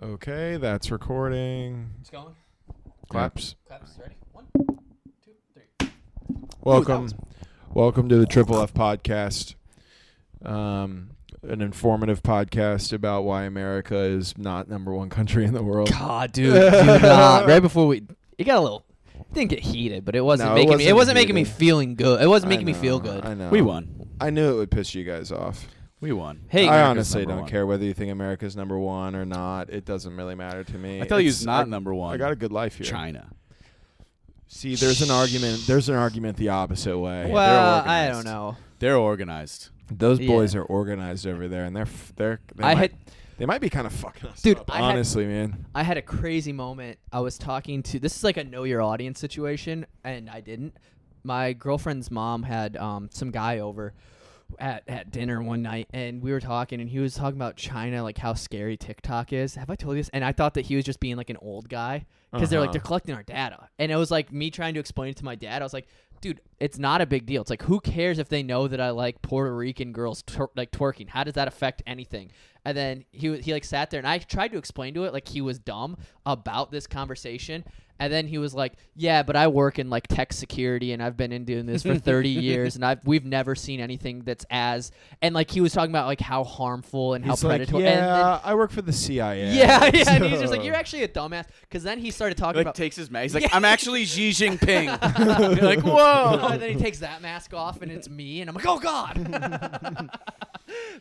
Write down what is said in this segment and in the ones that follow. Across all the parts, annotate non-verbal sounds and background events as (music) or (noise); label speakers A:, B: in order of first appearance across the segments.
A: Okay, that's recording.
B: It's going.
A: Claps.
B: Claps. Ready? One, two, three.
A: Welcome,
B: was-
A: welcome to the Triple F podcast. Um, an informative podcast about why America is not number one country in the world.
B: God, dude, do
A: (laughs)
B: not. Right before we, it got a little. It didn't get heated, but it wasn't
A: No, it
B: making me. It
A: wasn't
B: wasn't making me
A: heated.
B: feeling good. It wasn't
A: I
B: making me feel
A: know,
B: good.
A: I know.
C: We won.
A: I knew it would piss you guys off.
C: We won.
B: Hey,
A: I
B: America's
A: honestly
C: number
A: don't
C: one.
A: care whether you think America's number one or not. It doesn't really matter to me.
C: I tell you, it's not
A: I,
C: number one.
A: I got a good life here.
C: China.
A: See, there's an argument. There's an argument the opposite way. They're
B: well, I don't
A: organized.
B: know.
C: They're organized.
A: Those
B: Yeah.
A: boys are organized over there, and they're f- they're. They
B: I
A: might-
B: had
A: They might be kind of fucking us
B: Dude,
A: up,
B: I had-
A: honestly, man.
B: I had a crazy moment. I was talking to this is like a know your audience situation, and I didn't. My girlfriend's mom had um, some guy over at, at dinner one night, and we were talking, and he was talking about China, like how scary TikTok is. Have I told you this? And I thought that he was just being like an old guy because they're like
A: Uh-huh.
B: they're collecting our data, and it was like me trying to explain it to my dad. I was like. Dude, it's not a big deal. It's like who cares if they know that I like Puerto Rican girls twer- like twerking? How does that affect anything? And then he wa- he like sat there and I tried to explain to it like he was dumb about this conversation. And then he was like, "Yeah, but I work in like tech security and I've been in
A: (laughs)
B: doing this for 30 years and I've we've never seen anything that's as and like he was talking about like how harmful and
A: He's
B: how
A: like,
B: predatory
A: yeah,
B: and, and-
A: I work for the CIA.
B: (laughs) yeah, yeah. And he's just like,
A: so-
B: "You're actually a dumbass." Because then he started talking
C: Like
B: about
C: takes his mask. He's
B: like,
C: like,
B: Yeah. "I'm
C: I'm actually
B: (laughs)
C: Xi Jinping. You're like, whoa.
B: and then he takes that mask off and it's me and I'm like, oh god. (laughs)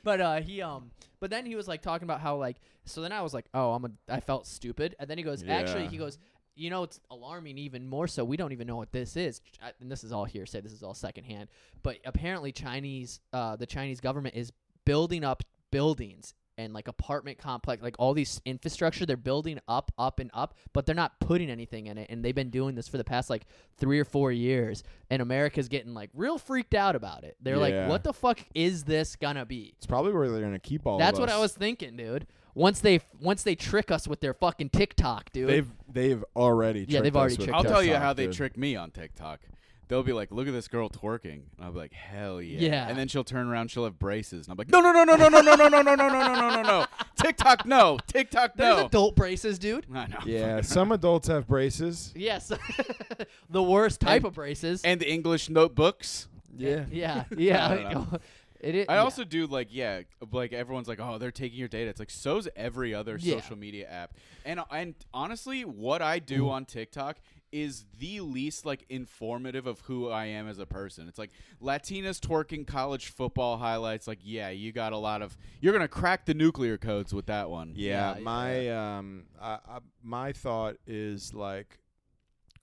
B: but uh, he um, but then he was like talking about how like so then I was like, oh, I'm a, I felt stupid, and then he goes, actually,
A: Yeah.
B: he goes. You know, it's alarming even more so. We don't even know what this is. Ch- I- And this is all hearsay. This is all secondhand. But apparently, Chinese, uh, the Chinese government is building up buildings and like apartment complex, like all these infrastructure. They're building up, up, and up, but they're not putting anything in it. And they've been doing this for the past like three or four years. And America's getting like real freaked out about it. They're
A: Yeah.
B: like, what the fuck is this gonna be?
A: It's probably where they're gonna keep all. of
B: That's what I
A: us.
B: was thinking, dude. Once they once they trick us with their fucking TikTok, dude.
A: They've they've already.
B: Yeah, they've
A: tricked
B: already
A: us with
B: tricked
C: I'll tell you
A: TikTok,
C: how they
A: dude.
C: trick me on TikTok. They'll be like, look at this girl twerking. And I'll be like, hell yeah.
B: Yeah.
C: And then she'll turn around, she'll have braces. And I'm like, no, no, no, no, no, no, no, no, no, no, no, no, no, no, no. (laughs) TikTok, no. TikTok,
B: There's
C: no.
B: adult braces, dude.
C: I know. (laughs)
A: Yeah, some adults have braces.
B: Yes, (laughs) the worst type
C: And-
B: of braces.
C: And English notebooks.
A: Yeah.
B: yeah, yeah.
C: I don't
B: (laughs) it is.
C: I
B: yeah.
C: also do like yeah, like everyone's like, oh, they're taking your data. It's like so's every other
B: Yeah.
C: social media app. And and honestly, what I
B: Mm.
C: do on TikTok is the least like informative of who I am as a person. It's like Latinas twerking college football highlights. Like yeah, you got a lot of. You're gonna crack the nuclear codes with that one.
A: Yeah,
B: Yeah,
A: my um, I, I, my thought is like,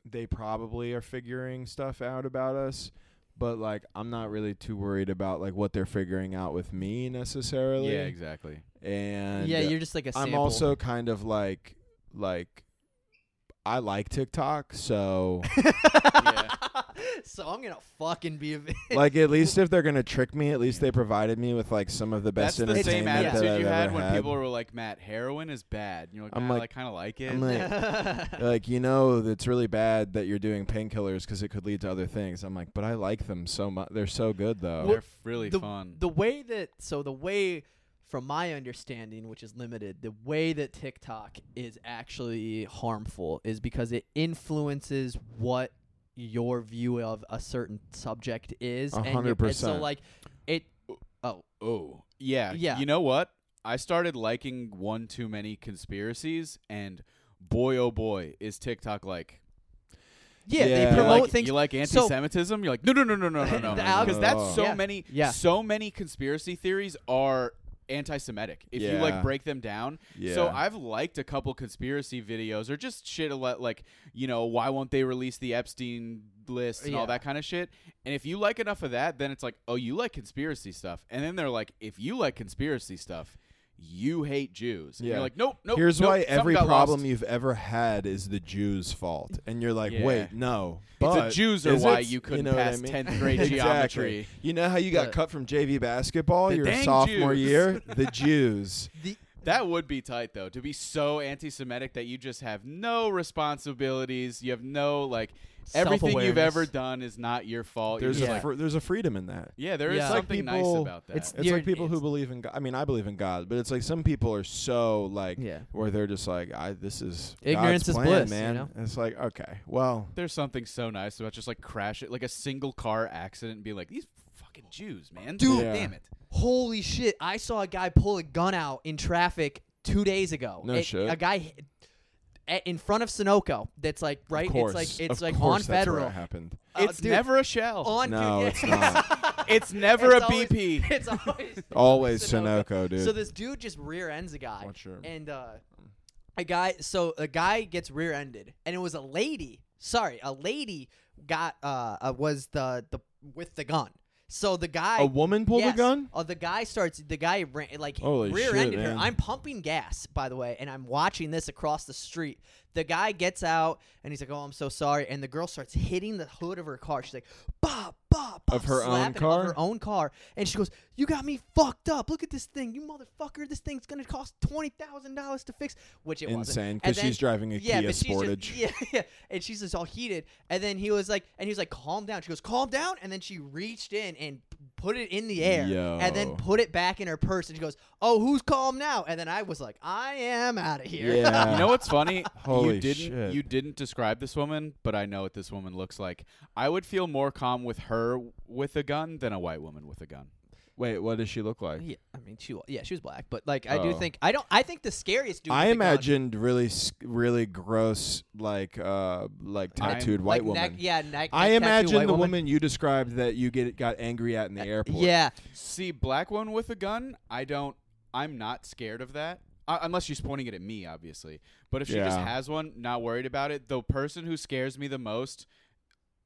A: they probably are figuring stuff out about us, but like, I'm not really too worried about like what they're figuring out with me necessarily. (laughs)
C: Yeah, exactly.
A: And
B: yeah, you're just like a sample.
A: I'm also kind of like like I like TikTok,
C: (laughs)
A: so
C: Yeah.
B: so I'm gonna fucking be a.
A: (laughs)
B: vi-
A: like at least if they're gonna trick me, at least they provided me with like some of the best
C: That's the same
A: entertainment
C: attitude
A: that I've
C: you
A: ever
C: had when
A: had.
C: people were like, Matt, heroin is bad. And you're like,
A: I'm
C: "Nah,
A: like-
C: I kind of like it.
A: I'm like,
B: (laughs)
A: like you know, it's really bad that you're doing painkillers because it could lead to other things. I'm like, but I like them so much. They're so good though.
C: they're f- really
B: the,
C: fun.
B: The way that so the way from my understanding, which is limited, the way that TikTok is actually harmful is because it influences what your view of a certain subject is.
A: A
B: and you-
A: hundred
B: and So
A: percent.
B: like it oh
C: Oh, yeah.
B: Yeah.
C: You know what? I started liking one too many conspiracies, and boy, oh boy, is TikTok like.
A: Yeah.
B: yeah, they
C: You
B: promote
C: like,
B: things
C: you like anti Semitism? You're like, no, no, no, no, no, no,
B: (laughs)
C: no.
B: The alg-
C: Because that's so
B: Yeah.
C: many,
B: Yeah.
C: so many conspiracy theories are anti Semitic. If you
A: Yeah.
C: like break them down,
A: yeah.
C: so I've liked a couple conspiracy videos or just shit a lot like, you know, why won't they release the Epstein list and
B: Yeah.
C: all that kind of shit? And if you like enough of that, then it's like, oh, you like conspiracy stuff. And then they're like, if you like conspiracy stuff, you hate Jews. And
A: Yeah.
C: you're like, nope, nope.
A: Here's
C: nope,
A: why
C: something
A: every
C: got
A: problem
C: lost.
A: you've ever had is the Jews' fault, and you're like,
C: Yeah.
A: wait, no.
C: It's
A: But
C: the Jews are
A: is
C: why
A: it?
C: you couldn't
A: know what I
C: pass
A: mean? (laughs)
C: 10th grade
A: Exactly.
C: geometry.
A: You know how you got
B: The-
A: cut from JV basketball
C: the
A: your
C: dang (laughs)
A: sophomore
C: Jews.
A: year? The Jews.
B: the
C: That would be tight though to be so anti-Semitic that you just have no responsibilities. You have no like everything you've
B: Self-awareness.
C: ever done is not your fault. You're
A: There's
C: just
A: a
B: Yeah.
C: like,
A: fr- there's a freedom in that.
C: yeah, there is
B: Yeah. It's like
C: something nice
A: people-
C: about that.
B: It's-
A: It's
B: You're-
A: like people who
B: it's-
A: believe in God. I mean, I believe in God, but it's like some people are so like
B: Yeah.
A: where they're just like, I this is
B: Ignorance
A: God's
B: is
A: plan,
B: bliss, you
A: man.
B: know?
A: And it's like okay, well,
C: There's something so nice about just like crash it, like a single car accident, and be like, these fucking Jews, man,
B: Dude.
A: Yeah.
C: damn it.
B: Holy shit! I saw a guy pull a gun out in traffic two days ago.
A: No
B: a,
A: shit.
B: A guy hit- a- in front of Sunoco. That's like right.
A: of course,
B: it's like it's
A: of
B: like
A: course
B: on
A: that's
B: federal.
A: Where it happened.
B: Oh,
C: it's
B: dude,
C: never a shell.
B: on.
A: No,
B: yeah.
A: it's not.
B: (laughs)
C: it's never
B: It's
C: a
B: always- (laughs)
C: BP. (laughs)
B: It's always
A: Always Sunoco, dude.
B: So this dude just rear ends a guy,
A: What's your-
B: and uh, a guy. So a guy gets rear ended, and it was a lady. Sorry, a lady got uh, uh was the the with the gun. So the guy
A: a woman pulled
B: yes.
A: a gun.
B: Oh, the guy starts. The guy ran like
A: Holy shit,
B: rear-ended her.
A: man.
B: I'm pumping gas, by the way, and I'm watching this across the street. The guy gets out and he's like, "Oh, I'm so sorry." And the girl starts hitting the hood of her car. She's like, "Bah, bah, bah,"
A: Of her own
B: slapping
A: car?
B: Of her own car. And she goes, "You got me fucked up. Look at this thing, you motherfucker. This thing's gonna cost twenty thousand dollars to fix." Which it wasn't.
A: Insane,
B: And
A: because
B: then-
A: she's driving a
B: yeah,
A: Kia
B: but she's
A: Sportage.
B: just- (laughs) yeah, yeah. And she's just all heated. And then he was like, and he was like, calm down. She goes, calm down. And then she reached in and p- put it in the air. And then
A: Yo.
B: put it back in her purse. And she goes, oh, who's calm now? And then I was like, I am out of here.
A: Yeah.
C: You know what's funny?
A: Holy
C: you didn't
A: shit.
C: you didn't describe this woman, but I know what this woman looks like. I would feel more calm with her with a gun than a white woman with a gun.
A: Wait, what does she look like?
B: (laughs) Yeah, I mean, she wa- yeah, she was black, but like I do
A: Oh.
B: think I don't. I think the scariest dude.
A: I
B: with the gun-
A: imagined really, s- really gross, like, uh, like
C: I'm-
A: tattooed
B: like,
A: white woman.
B: Neck, yeah, neck.
A: I
B: neck tattoo,
A: imagine
B: white Uh,
A: the woman. you described that you get got angry at in the airport.
B: Yeah,
C: See, black woman with a gun, I don't I'm not scared of that. Uh, unless she's pointing it at me, obviously. But if she just
A: Yeah.
C: has one, not worried about it. The person who scares me the most,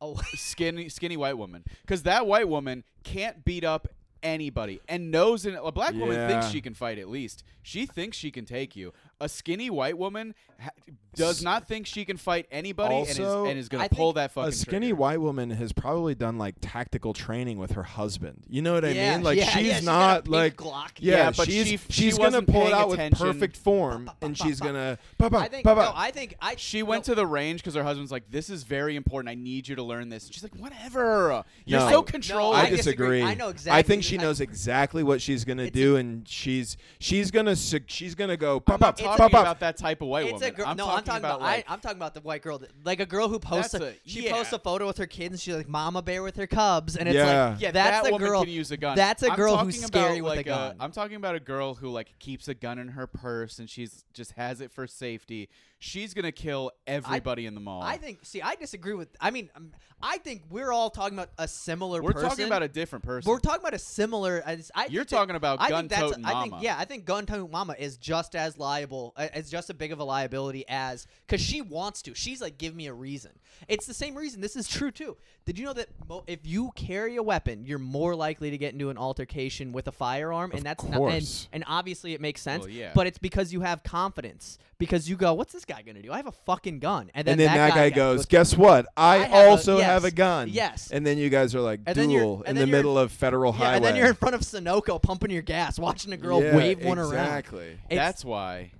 B: oh,
C: (laughs) skinny skinny white woman. Cuz that white woman can't beat up anybody and knows in a black woman thinks
A: Yeah.
C: she can fight at least. She thinks she can take you. A skinny white woman ha- does not think she can fight anybody and
A: Also,
C: is and is going
B: I
C: to pull
B: think
C: that fucking
A: A skinny
C: trigger.
A: white woman has probably done like tactical training with her husband. You know what I
B: yeah,
A: mean? Like
B: yeah, yeah,
A: she's
B: she's got a
A: not
B: pink
A: like
B: Glock.
A: yeah,
C: Yeah, but
A: she's
C: she- she
A: she's gonna
C: wasn't
A: pull it
C: paying
A: out
C: attention.
A: with perfect form,
B: Ba, ba,
A: and
B: ba,
A: she's
B: ba.
A: gonna. Ba, ba,
B: I think
A: ba, ba.
B: no, I think I.
C: She went to the range because her husband's like, "This is very important. I need you to learn this." And she's like, "Whatever. You're
A: No.
C: so controlled."
A: I,
B: oh, I dis- disagree.
A: disagree.
B: I know exactly
A: think
B: the
A: she
B: type-
A: knows exactly what she's gonna
B: It's
A: do, and she's she's gonna su- she's gonna go
C: I'm
A: pop
C: not
A: up
C: talking
A: pop
C: about
A: up.
C: that type of white
B: It's
C: woman.
B: a girl.
C: I'm
B: no,
C: talking
B: I'm talking about.
C: like,
B: I, I'm talking about the white girl, that, like a girl who posts. A,
C: That's a-
B: she
C: yeah.
B: posts a photo with her kids, and she's like "Mama Bear" with her cubs, and it's
A: Yeah.
B: like
C: yeah,
B: that's
C: that
B: a
C: woman
B: girl.
C: can use a gun.
B: That's a
C: I'm
B: girl who's
C: talking
B: scary
C: about,
B: with
C: like, uh,
B: a gun.
C: I'm talking about a girl who like keeps a gun in her purse and she's just has it for safety. She's gonna kill everybody in the mall.
B: I think. See, I disagree with. I mean, um, I think we're all talking about a similar.
C: we're
B: person.
C: talking about a different person.
B: We're talking about a similar. I, just- I
C: You're
B: think that-
C: talking about
B: I
C: gun
B: think that's.
C: toting
B: I think
C: mama.
B: yeah. I think gun toting mama is just as liable. uh, It's just as big of a liability as because she wants to. She's like, give me a reason. It's the same reason. This is true too. Did you know that mo- if you carry a weapon, you're more likely to get into an altercation with a firearm, and that's not. And,
A: course.
B: and obviously, it makes sense.
C: Well, yeah.
B: But it's because you have confidence. Because you go, what's this guy gonna do? I have a fucking gun. And then,
A: and then that, guy, goes, "Guess what? I,
B: I have a-
A: also
B: yes,
A: have a gun."
B: yes.
A: And then you guys are like
B: And then you're-
A: duel
B: and
A: in
B: then
A: the
B: you're-
A: middle of federal
B: Yeah,
A: highway.
B: and then you're in front of Sunoco pumping your gas, watching a girl
A: Yeah,
B: wave one around.
A: Exactly.
B: It's-
C: that's why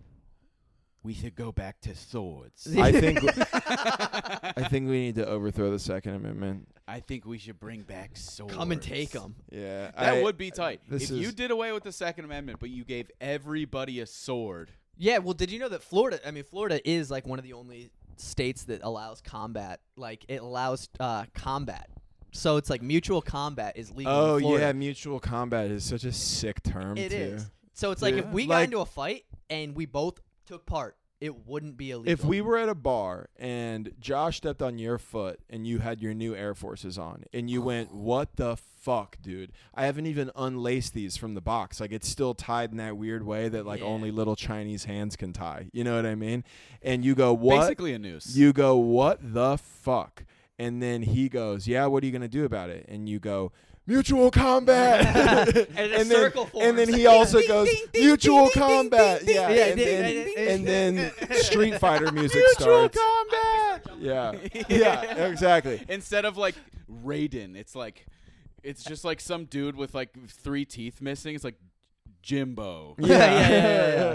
C: we should go back to swords.
A: I think I think we need to overthrow the Second Amendment.
C: I think we should bring back swords.
B: Come and take them.
A: Yeah,
C: That
A: I-
C: would be tight. If
A: this is-
C: you did away with the Second Amendment, but you gave everybody a sword,
B: Yeah, well, did you know that Florida? I mean, Florida is like one of the only states that allows combat. Like it allows uh, combat, so it's like mutual combat is legal. in
A: Oh
B: Florida.
A: yeah, mutual combat is such a sick term
B: It
A: too.
B: is. So it's like if
A: Yeah.
B: we got
A: Like-
B: into a fight and we both took part, it wouldn't be illegal.
A: If we were at a bar and Josh stepped on your foot and you had your new Air Forces on and you went, "What the fuck, dude? I haven't even unlaced these from the box. Like it's still tied in that weird way that like
B: Yeah.
A: only little Chinese hands can tie." You know what I mean? And you go, "What?"
C: basically a noose.
A: You go, "What the fuck?" And then he goes, "Yeah, what are you going to do about it?" And you go, Mutual combat, (laughs)
B: (laughs) And a
A: then,
B: circle
A: and then
B: forms.
A: he also
B: (laughs) Ding,
A: goes
B: ding, ding,
A: mutual
B: ding, ding, ding,
A: combat,
B: ding, ding,
A: yeah,
B: ding,
A: and
B: ding,
A: then-
B: ding,
A: and
B: ding.
A: then
B: (laughs)
A: Street Fighter music
C: Mutual
A: starts.
C: combat.
A: Yeah, yeah, exactly.
C: Instead of like Raiden, it's like it's just like some dude with like three teeth missing. It's like Jimbo.
B: Yeah, yeah, yeah, yeah.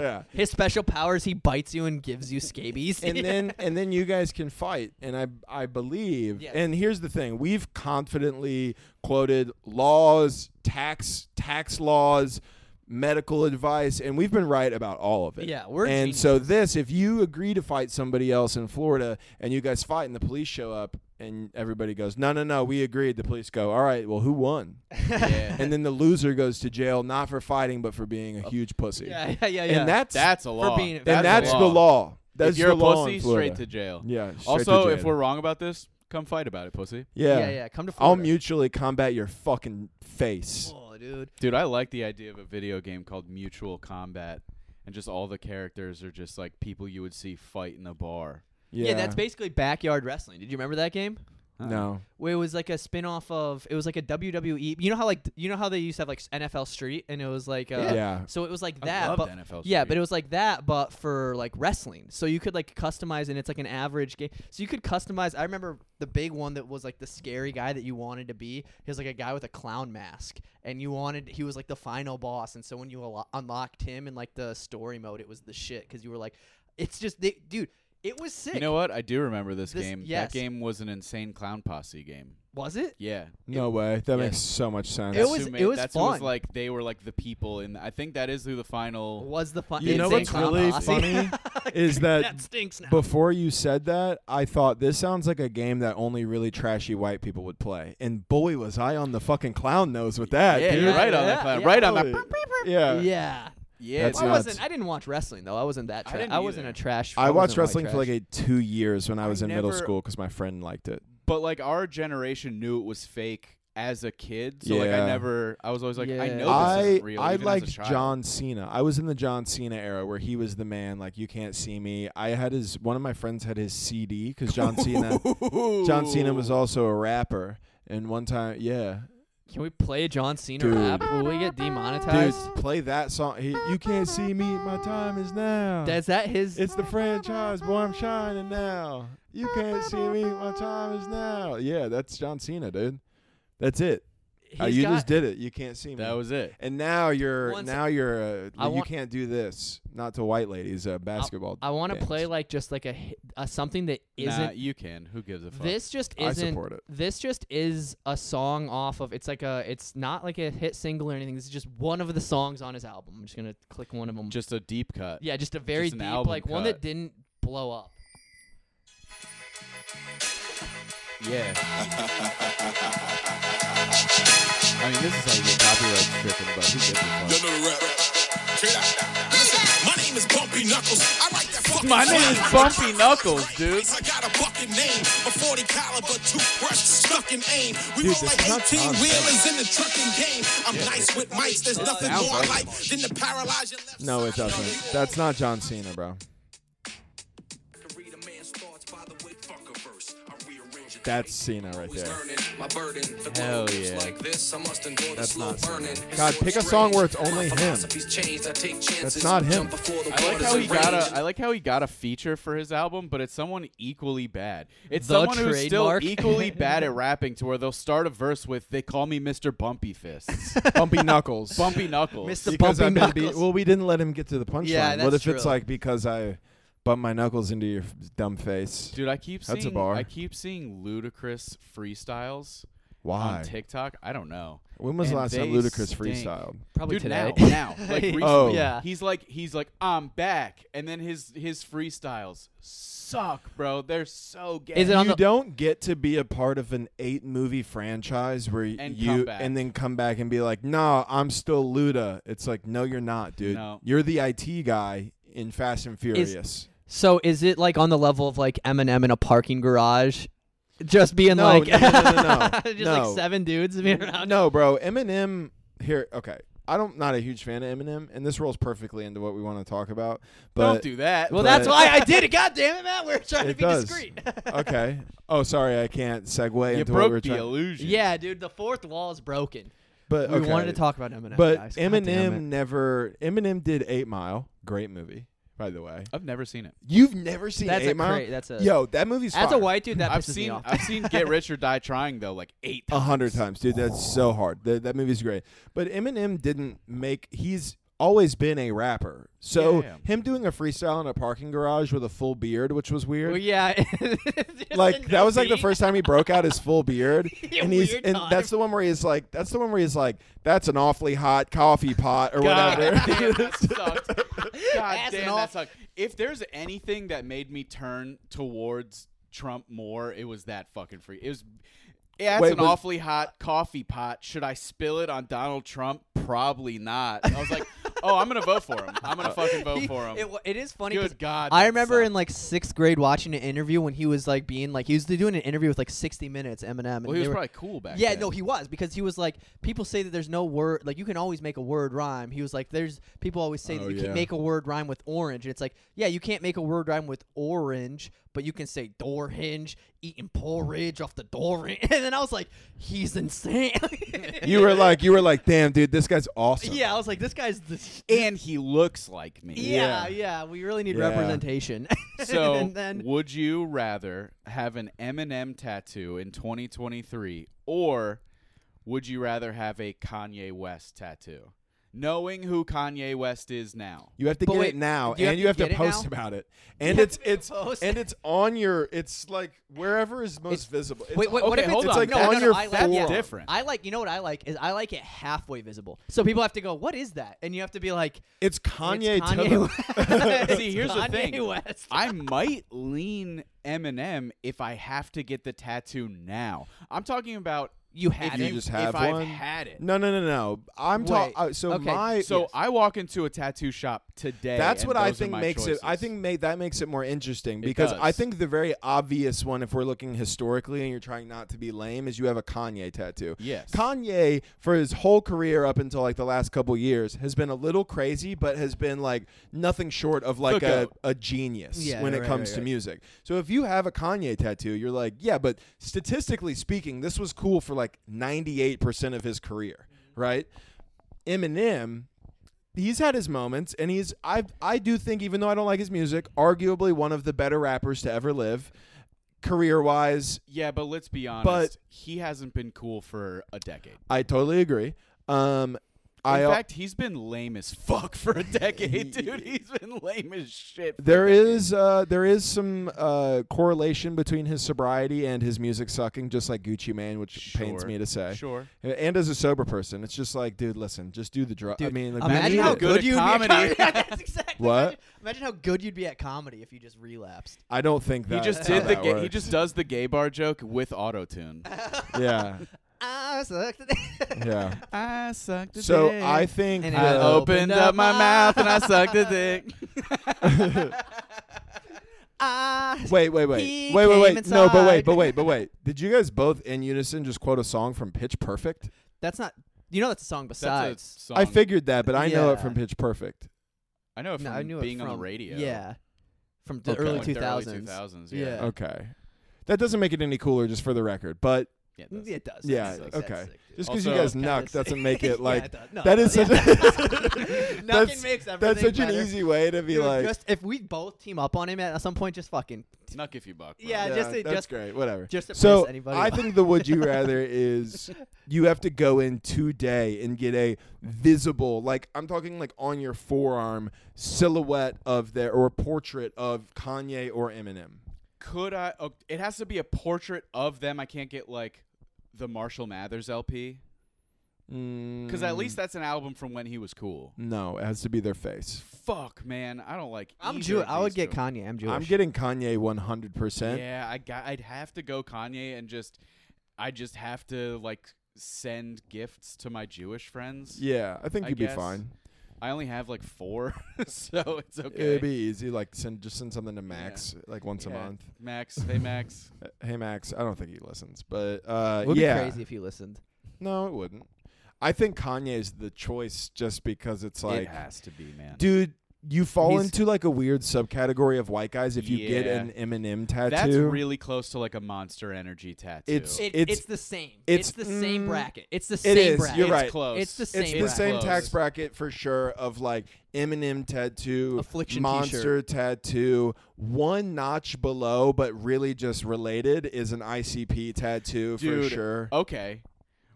A: (laughs) yeah.
B: His special powers, he bites you and gives you scabies.
A: (laughs) and
B: (laughs)
A: then and then you guys can fight and i i believe
B: Yes.
A: and here's the thing we've confidently quoted laws tax tax laws medical advice and we've been right about all of it
B: Yeah, we're
A: and so this if you agree to fight somebody else in florida and you guys fight and the police show up and everybody goes no no no we agreed the police go all right well who won
C: Yeah.
A: and then the loser goes to jail not for fighting but for being a huge pussy
B: yeah, (laughs) yeah, yeah, yeah.
A: and that's
C: That's a law.
B: being-
A: and that's,
B: that's
A: the law that's
C: if you're
A: the
C: a
A: law
C: pussy,
A: in Florida.
C: straight to jail.
A: Yeah. straight
C: Also,
A: to
C: if
A: jail.
C: we're wrong about this, come fight about it, pussy.
A: yeah,
B: yeah, yeah. Come to Florida.
A: I'll mutually combat your fucking face.
B: Oh, dude.
C: Dude, I like the idea of a video game called Mutual Combat, and just all the characters are just like people you would see fight in a bar.
A: Yeah,
B: Yeah. that's basically backyard wrestling. Did you remember that game?
C: Huh.
A: no.
B: Where it was like a spin off of it was like a WWE. You know how like you know how they used to have like NFL Street, and it was like uh,
A: Yeah.
B: So it was like
C: I
B: that,
C: loved
B: but
C: NFL
B: yeah,
C: Street.
B: but it was like that, but for like wrestling. So you could like customize, and it's like an average game. So you could customize. I remember the big one that was like the scary guy that you wanted to be. He was like a guy with a clown mask, and you wanted he was like the final boss. And so when you unlo- unlocked him in like the story mode, it was the shit because you were like, it's just they, dude, it was sick.
C: You know what? I do remember this,
B: This-
C: game.
B: yes.
C: That game was an insane clown posse game.
B: was it?
C: Yeah.
A: No way. That
C: yeah.
A: makes so much sense.
B: It
C: That's
B: was-
C: who
B: it was
C: that's Who was
B: fun.
C: like they were like the people, and I think that is who the final.
B: Was the fun?
A: You know
B: insane
A: what's
B: clown
A: really
B: posse? (laughs)
A: funny is that
B: that stinks now.
A: Before you said that, I thought this sounds like a game that only really trashy white people would play. And boy, was I on the fucking clown nose with that,
C: yeah,
A: dude.
C: you're
B: yeah,
C: right on
B: yeah,
C: that clown.
B: yeah.
C: right on
A: Holy-
C: that.
A: Yeah.
B: yeah.
C: Yeah,
A: That's
C: dude.
B: I
A: nuts.
B: wasn't. I didn't watch wrestling though. I wasn't that.
C: I
B: Tra-
C: didn't
B: I, wasn't
C: either.
B: a trash.
A: I watched
B: wasn't white
A: wrestling for like
B: trash.
A: a two years when I was in middle
C: never-
A: school because my friend liked it.
C: but like our generation knew it was fake as a kid, so like
A: Yeah.
C: I never. I was always like, I
B: Yeah.
C: know this
A: I
C: isn't real.
A: I
C: even as a
A: liked
C: child.
A: John Cena. I was in the John Cena era where he was the man. Like you can't see me. I had his one of my friends had his CD because John Cena. John Cena
C: (laughs)
A: was also a rapper. And one time, yeah,
B: Can we play a John Cena
A: Dude.
B: rap? Will we get
A: dude,
B: demonetized?
A: play that song. He, you can't see me. My time is now.
B: Is that his?
A: it's the franchise, boy. I'm shining now. You can't see me. My time is now. Yeah, that's John Cena, dude. That's it. Uh,
B: he's
A: you
B: got-
A: just did it. You can't see me.
C: That was it.
A: And now you're
B: One sec-
A: now you're a,
B: I
A: you
B: want-
A: can't do this not to white ladies uh, basketball.
B: I want to
A: games.
B: play like just like a, hi- a something that
C: nah,
B: isn't.
C: you can. Who gives a fuck?
B: this just
A: I
B: isn't.
A: support it.
B: This just is a song off of. It's like a. It's not like a hit single or anything. This is just one of the songs on his album. I'm just gonna click one of them.
C: just a deep cut.
B: yeah, just a very
C: an
B: deep,
C: album
B: like one that
C: cut.
B: didn't blow up.
C: Yeah. (laughs) I mean, this is how you get copyright stricken, but who gives a fuck?
D: Y'all know the rap. Check it out. Listen, my name is Bumpy Knuckles. I write that fucking
C: My name is
D: rap.
C: Bumpy Knuckles, dude.
D: I got a bucket name, a 40 caliber toothbrush stuck in aim. We
A: Dude,
D: roll
A: this
D: like
A: is not
D: 18
A: Tom
D: wheelers in the trucking game. I'm nice with mics, there's nothing
C: sounds
D: more I
C: like
D: like than to paralyze your left
A: No, it
D: side.
A: doesn't. That's not John Cena, bro.
D: To read a man's thoughts by the way fucker verse. I rearrange it.
A: That's Cena right
D: Always
A: there.
D: earning my burden. The
C: Hell
D: glow looks
C: yeah.
D: Like this, I must endure the
A: That's
D: slow
A: not Cena.
D: burning.
A: God, pick a song where it's only
D: My
A: him.
D: philosophy's changed, I take chances,
A: not him.
D: jump before the
C: I like
D: waters
C: how he got
D: arrange.
C: a I like how he got a feature for his album, but it's someone equally bad. It's
B: The
C: someone who's still
B: trademark. (laughs)
C: equally bad at rapping to where they'll start a verse with "They call me Mr.
B: (laughs)
C: Bumpy Fists,
A: (laughs) Bumpy knuckles.
C: Bumpy Knuckles."
B: Mr.
A: because
B: Bumpy
A: I've been beat.
B: Knuckles.
A: Well, we didn't let him get to the punchline.
B: Yeah,
A: what if
B: that's
A: it's
B: true.
A: like because I bumped my knuckles into your f- dumb face?
C: Dude, I keep seeing
A: That's a bar.
C: I keep seeing ludicrous freestyles
A: Why?
C: on TikTok. I don't know.
A: when was the
C: And
A: last time
C: they
A: Ludacris
C: stink.
A: freestyled?
B: Probably
C: Dude,
B: today.
C: now,
B: (laughs)
C: now, like recently,
A: Oh.
B: Yeah.
C: he's like, he's like, I'm back, and then his his freestyles suck, bro. They're so gay.
B: Is it on
A: You
B: the-
A: don't get to be a part of an eight movie franchise where
C: And
A: you
C: come back.
A: and then come back and be like, "No, I'm still Luda." It's like, "No, you're not, dude.
C: No.
A: You're the IT guy in Fast and Furious."
B: So is it like on the level of like Eminem in a parking garage, just being
A: No,
B: like,
A: no, no, no, no, no.
B: (laughs) just
A: No.
B: like seven dudes (laughs) being around?
A: No, bro. Eminem here. Okay, I don't not a huge fan of Eminem, and this rolls perfectly into what we want to talk about. But
C: Don't do that.
B: Well,
A: But-
B: that's why I did it. God damn it, Matt. We're trying to
A: It
B: be
A: does. (laughs)
B: discreet.
A: okay. Oh, sorry, I can't segue
C: you
A: into
C: broke
A: what we're
C: the
A: trying.
C: illusion.
B: yeah, dude. The fourth wall is broken.
A: but
B: We
A: okay.
B: wanted to talk about Eminem.
A: But
B: guys. God damn
A: Eminem
B: it.
A: never. Eminem did Eight Mile. Great movie, by the way.
C: I've never seen it.
A: You've never seen
B: That's
A: Eight
B: a
A: Mile?
B: great- that's a-
A: Yo, that movie's
B: As a
A: fire.
B: white dude, that
C: I've
B: pisses me
C: seen
B: off.
C: I've seen Get Rich or Die Trying though like eight.
A: A
C: Times.
A: hundred times, dude. That's so hard. That that movie's great. But Eminem didn't make. He's always been a rapper. So
C: Yeah.
A: him doing a freestyle in a parking garage with a full beard, which was weird.
B: Well, yeah.
A: (laughs)
B: (laughs)
A: like that was like the first time he broke out his full
B: (laughs)
A: beard,
B: Yeah,
A: and he's
B: weird
A: and
B: time.
A: that's the one where he's like, that's the one where he's like, that's an awfully hot coffee pot or
C: God damn,
A: whatever.
C: (laughs) that sucked. God
B: That's
C: damn,
B: an
C: that
B: awful-
C: sucked. If there's anything that made me turn towards Trump more, it was that fucking free. It was. Yeah, that's
A: Wait,
C: an
A: was-
C: awfully hot coffee pot. Should I spill it on Donald Trump? Probably not. I was like, (laughs) oh, I'm gonna vote for him. I'm gonna fucking vote for him.
B: (laughs) It, wa- it is funny. 'cause
C: Good God!
B: I
C: that
B: remember
C: sucked.
B: in like sixth grade watching an interview when he was like being like he was doing an interview with like 60 Minutes Eminem. And
C: Well, he
B: they
C: was
B: were-
C: probably cool back
B: yeah,
C: then.
B: no, he was because he was like people say that there's no word like you can always make a word rhyme. He was like there's people always say
A: Oh,
B: that you
A: yeah.
B: can't make a word rhyme with orange, and it's like yeah, you can't make a word rhyme with orange, but you can say door hinge, eating porridge off the door (laughs) hinge. And then I was like, he's
C: (laughs)
B: insane. (laughs)
A: (laughs) you were like, you were like, damn, dude, this guy's awesome.
B: yeah, I was like, this guy's the. sh-
C: and he looks like me.
B: yeah, yeah, we really need
A: Yeah.
B: representation. (laughs)
A: (laughs)
C: So,
B: and then
C: would you rather have an Eminem tattoo in 2023 or would you rather have a Kanye West tattoo? Knowing who Kanye West is now.
A: You have to
B: But
A: get
B: wait,
A: it now,
B: do you have
A: and
B: to
A: you have to
B: get it
A: post
B: now?
A: about it, and
B: have
A: it's
B: to
A: it's
B: post
A: and
B: it.
A: it's on your. It's like wherever is most visible. It's
B: Wait, wait,
A: on-
B: what
C: okay,
B: if
C: hold
B: it's,
A: on.
B: like
A: No,
B: on
A: no, no,
B: your
A: I like
B: forearm?
A: that.
C: Different.
B: I like, you know what I like is I like it halfway visible. So people have to go, what is that? And you have to be like,
A: It's Kanye.
B: it's
A: to
B: Kanye
A: the-
B: (laughs)
A: (laughs)
B: West.
C: (laughs) See,
B: It's
C: here's the
B: Kanye
C: thing.
B: West.
C: I might lean Eminem if I have to get the tattoo now. I'm talking about
B: You
C: if,
B: had
A: you
B: it.
A: just have
C: if
A: one?
C: I've had it.
A: No, no, no, no. I'm talking.
B: Wait,
A: Uh, so
B: okay,
A: my
C: So I walk into a tattoo shop today.
A: That's
C: and
A: what I
C: those are
A: think
C: my
A: makes it. I
C: choices.
A: think ma- that makes it more interesting because
C: does.
A: I think the very obvious one, if we're looking historically and you're trying not to be lame, is you have a Kanye tattoo.
C: Yes.
A: Kanye, for his whole career up until like the last couple years, has been a little crazy, but has been like nothing short of like
C: The
A: a,
C: goat.
A: a genius
B: Yeah,
A: when it
B: right,
A: comes
B: right,
A: to
B: right.
A: music. So if you have a Kanye tattoo, you're like, yeah, but statistically speaking, this was cool for like 98% of his career,
B: Mm-hmm.
A: right? Eminem he's had his moments and he's I I do think even though I don't like his music, arguably one of the better rappers to ever live career-wise.
C: Yeah, but let's be honest.
A: But-
C: he hasn't been cool for a decade.
A: I totally agree. Um I
C: In fact, he's been lame as fuck for a
A: (laughs)
C: decade, dude. He's been lame as shit. for a
A: there
C: decade.
A: is uh there is some uh correlation between his sobriety and his music sucking just like Gucci Mane, which pains
C: Sure.
A: me to say.
C: Sure.
A: And as a sober person, it's just like, dude, listen, just do the drug. I mean, like,
C: imagine
A: we need
C: how
A: it.
C: good at
B: you'd be at (laughs) comedy.
C: comedy.
B: That's exactly
A: What?
B: Imagine, imagine how good you'd be at comedy if you just relapsed.
C: (laughs)
A: I don't think
C: He
A: that
C: just
A: how
C: did the
A: that
C: ga- he
A: works.
C: just does the gay bar joke with auto
B: (laughs)
C: tune.
A: yeah
B: I sucked.
C: (laughs)
A: yeah.
C: I sucked a
A: So
C: dick.
A: I think
B: And it
A: uh,
C: I
B: Uh,
C: opened up my mouth and I sucked a
B: (laughs)
C: dick.
B: I
A: (laughs) Wait, wait,
B: He
A: wait, wait, wait,
B: came
A: wait. No, but
B: inside.
A: wait, but wait, but wait. Did you guys both in unison just quote a song from Pitch Perfect?
B: (laughs) That's not. You know that's a song
C: That's a
B: besides.
C: song.
A: I figured that, but I know it
B: Yeah.
A: from Pitch Perfect.
C: I know it from
B: no, I knew it
C: being on the
B: from-
C: radio.
B: Yeah, from the
A: Okay.
B: early
C: Like the
B: two
C: early
B: thousands.
C: 2000s, yeah.
B: Yeah.
A: Okay, that doesn't make it any cooler, just for the record. But
C: Yeah,
B: Mm,
C: that's-
B: It does.
A: Yeah,
B: It's- it's-
A: okay.
B: that's sick, dude.
A: just because you
C: Also-
A: guys
B: Kinda
A: nuck
B: sick.
A: doesn't make it
B: (laughs) Yeah,
A: like
B: does. No,
A: that
B: it
A: is
B: does.
A: such (laughs)
B: (laughs) Yeah. Nothing
A: That's-
B: makes everything
A: that's such
B: better.
A: an easy way to be
B: Dude,
A: like.
B: just if we both team up on him at some point, just fucking
C: Nuck if you buck. bro.
B: Yeah.
A: yeah,
B: just-
A: that's
B: just-
A: great. Whatever.
B: just to
A: So
B: piss anybody
A: I
B: off.
A: think the would you rather
B: (laughs)
A: is you have to go in today and get a visible, like I'm talking like on your forearm silhouette of their or portrait of Kanye or Eminem.
C: Could I? Oh, it has to be a portrait of them. I can't get like the Marshall Mathers LP because
B: Mm,
A: Because
C: at least that's an album from when he was cool.
A: no, it has to be their face.
C: Fuck, man, I don't like.
B: I'm
C: either
B: Jew.
C: of
B: I would
C: these
B: get
C: two.
B: Kanye. I'm Jewish.
A: I'm getting Kanye 100. percent
C: Yeah, I got, I'd have to go Kanye and just, I just have to like send gifts to my Jewish friends.
A: Yeah, I think
C: I
A: you'd be
C: guess.
A: fine.
C: I only have like four, (laughs) so it's okay.
A: It'd be easy. Like send just send something to Max like once a
C: Yeah.
A: month.
C: Max, hey
A: (laughs)
C: Max,
A: Uh, Hey Max, I don't think he listens, but uh,
B: It would
A: yeah,
B: be crazy if you listened.
A: no, it wouldn't. I think Kanye's the choice just because it's
C: it
A: like,
C: has to be man.
A: dude, you fall
B: He's-
A: into like a weird subcategory of white guys if you get
C: Yeah.
A: an Eminem tattoo.
C: that's really close to like a Monster Energy tattoo.
A: It's-
B: It, it's,
A: It's-
B: the same. It's,
A: it's-
B: the same
A: mm,
B: bracket. It's the
A: it
B: same
A: is,
B: bracket.
A: you're
B: (laughs)
C: It's
A: right.
C: close.
B: It's the
A: It's
B: same
A: the
B: bracket.
A: same tax
C: Close.
A: bracket for sure of like Eminem tattoo,
B: Affliction
A: monster tattoo. One notch below, but really just related, is an ICP tattoo
C: Dude, oh,
A: for sure.
C: Okay.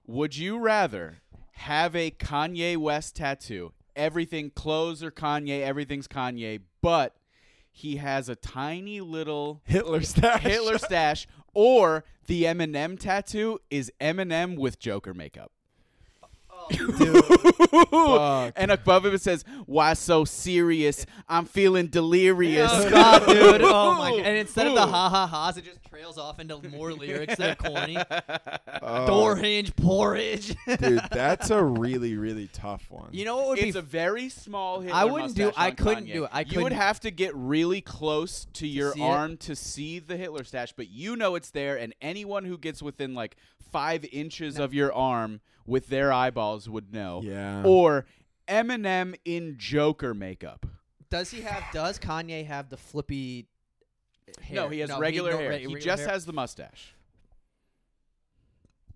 C: Would you rather have a Kanye West tattoo everything clothes are Kanye, everything's Kanye, but he has a tiny little
A: Hitler (laughs) stash.
C: Hitler stash or the Eminem tattoo is Eminem with Joker makeup.
A: Fuck.
C: (laughs) and above him it says, "Why so serious? I'm feeling delirious."
B: Oh, God, dude. Oh
C: (laughs)
A: (laughs)
B: my god. And instead of the
C: Ooh.
B: ha ha ha's, it just trails off into (laughs) more lyrics that are corny.
A: (laughs) Uh,
B: Door hinge porridge. (laughs)
A: dude, that's a really really tough one.
B: you know what would
C: It's
B: be
C: a very small Hitler
B: I wouldn't do-
C: mustache
B: I
C: on
B: couldn't
C: Kanye.
B: do it. I
C: You would
B: couldn't-
C: have to get really close to your
B: see it?
C: arm to see the Hitler stash, but you know it's there, and anyone who gets within like five inches of your arm with their eyeballs would know.
A: Yeah.
C: Or Eminem in Joker makeup.
B: does he have does Kanye have the flippy hair?
C: No, he has regular hair. he just has the mustache.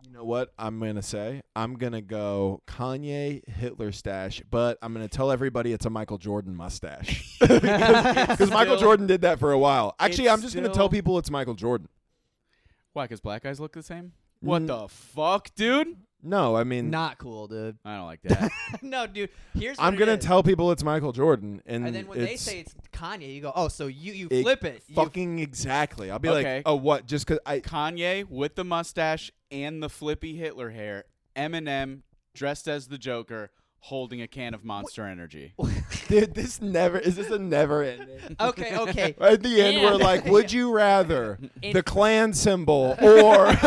A: You know what I'm gonna say? I'm gonna go Kanye Hitler stash, but I'm gonna tell everybody it's a Michael Jordan
B: (laughs)
A: mustache (laughs) because Michael
C: Still-
A: Jordan did that for a while. Actually,
C: it's
A: I'm just gonna tell
C: still-
A: people it's Michael Jordan.
C: Why? Because black guys look the same? What
A: Mm.
C: the fuck, dude?
A: No, I mean
B: not cool,
C: (laughs)
B: dude.
C: I don't like that.
B: no, dude. Here's
A: I'm
B: what it
A: gonna
B: is.
A: tell people it's Michael Jordan, and,
B: And then when they
A: it's
B: say it's Kanye, you go, "Oh, so you you
A: e-
B: flip it." You-
A: fucking exactly. I'll be
C: Okay.
A: like, oh, what? Just because I (laughs)
C: Kanye with the mustache and the flippy Hitler hair, Eminem dressed as the Joker holding a can of Monster Energy.
A: dude, this never is this a never ending.
B: (laughs) okay, okay.
A: At the end, we're
B: And-
A: like, would you
B: (laughs)
A: rather
B: In-
A: the Klan
B: (laughs)
A: symbol or (laughs)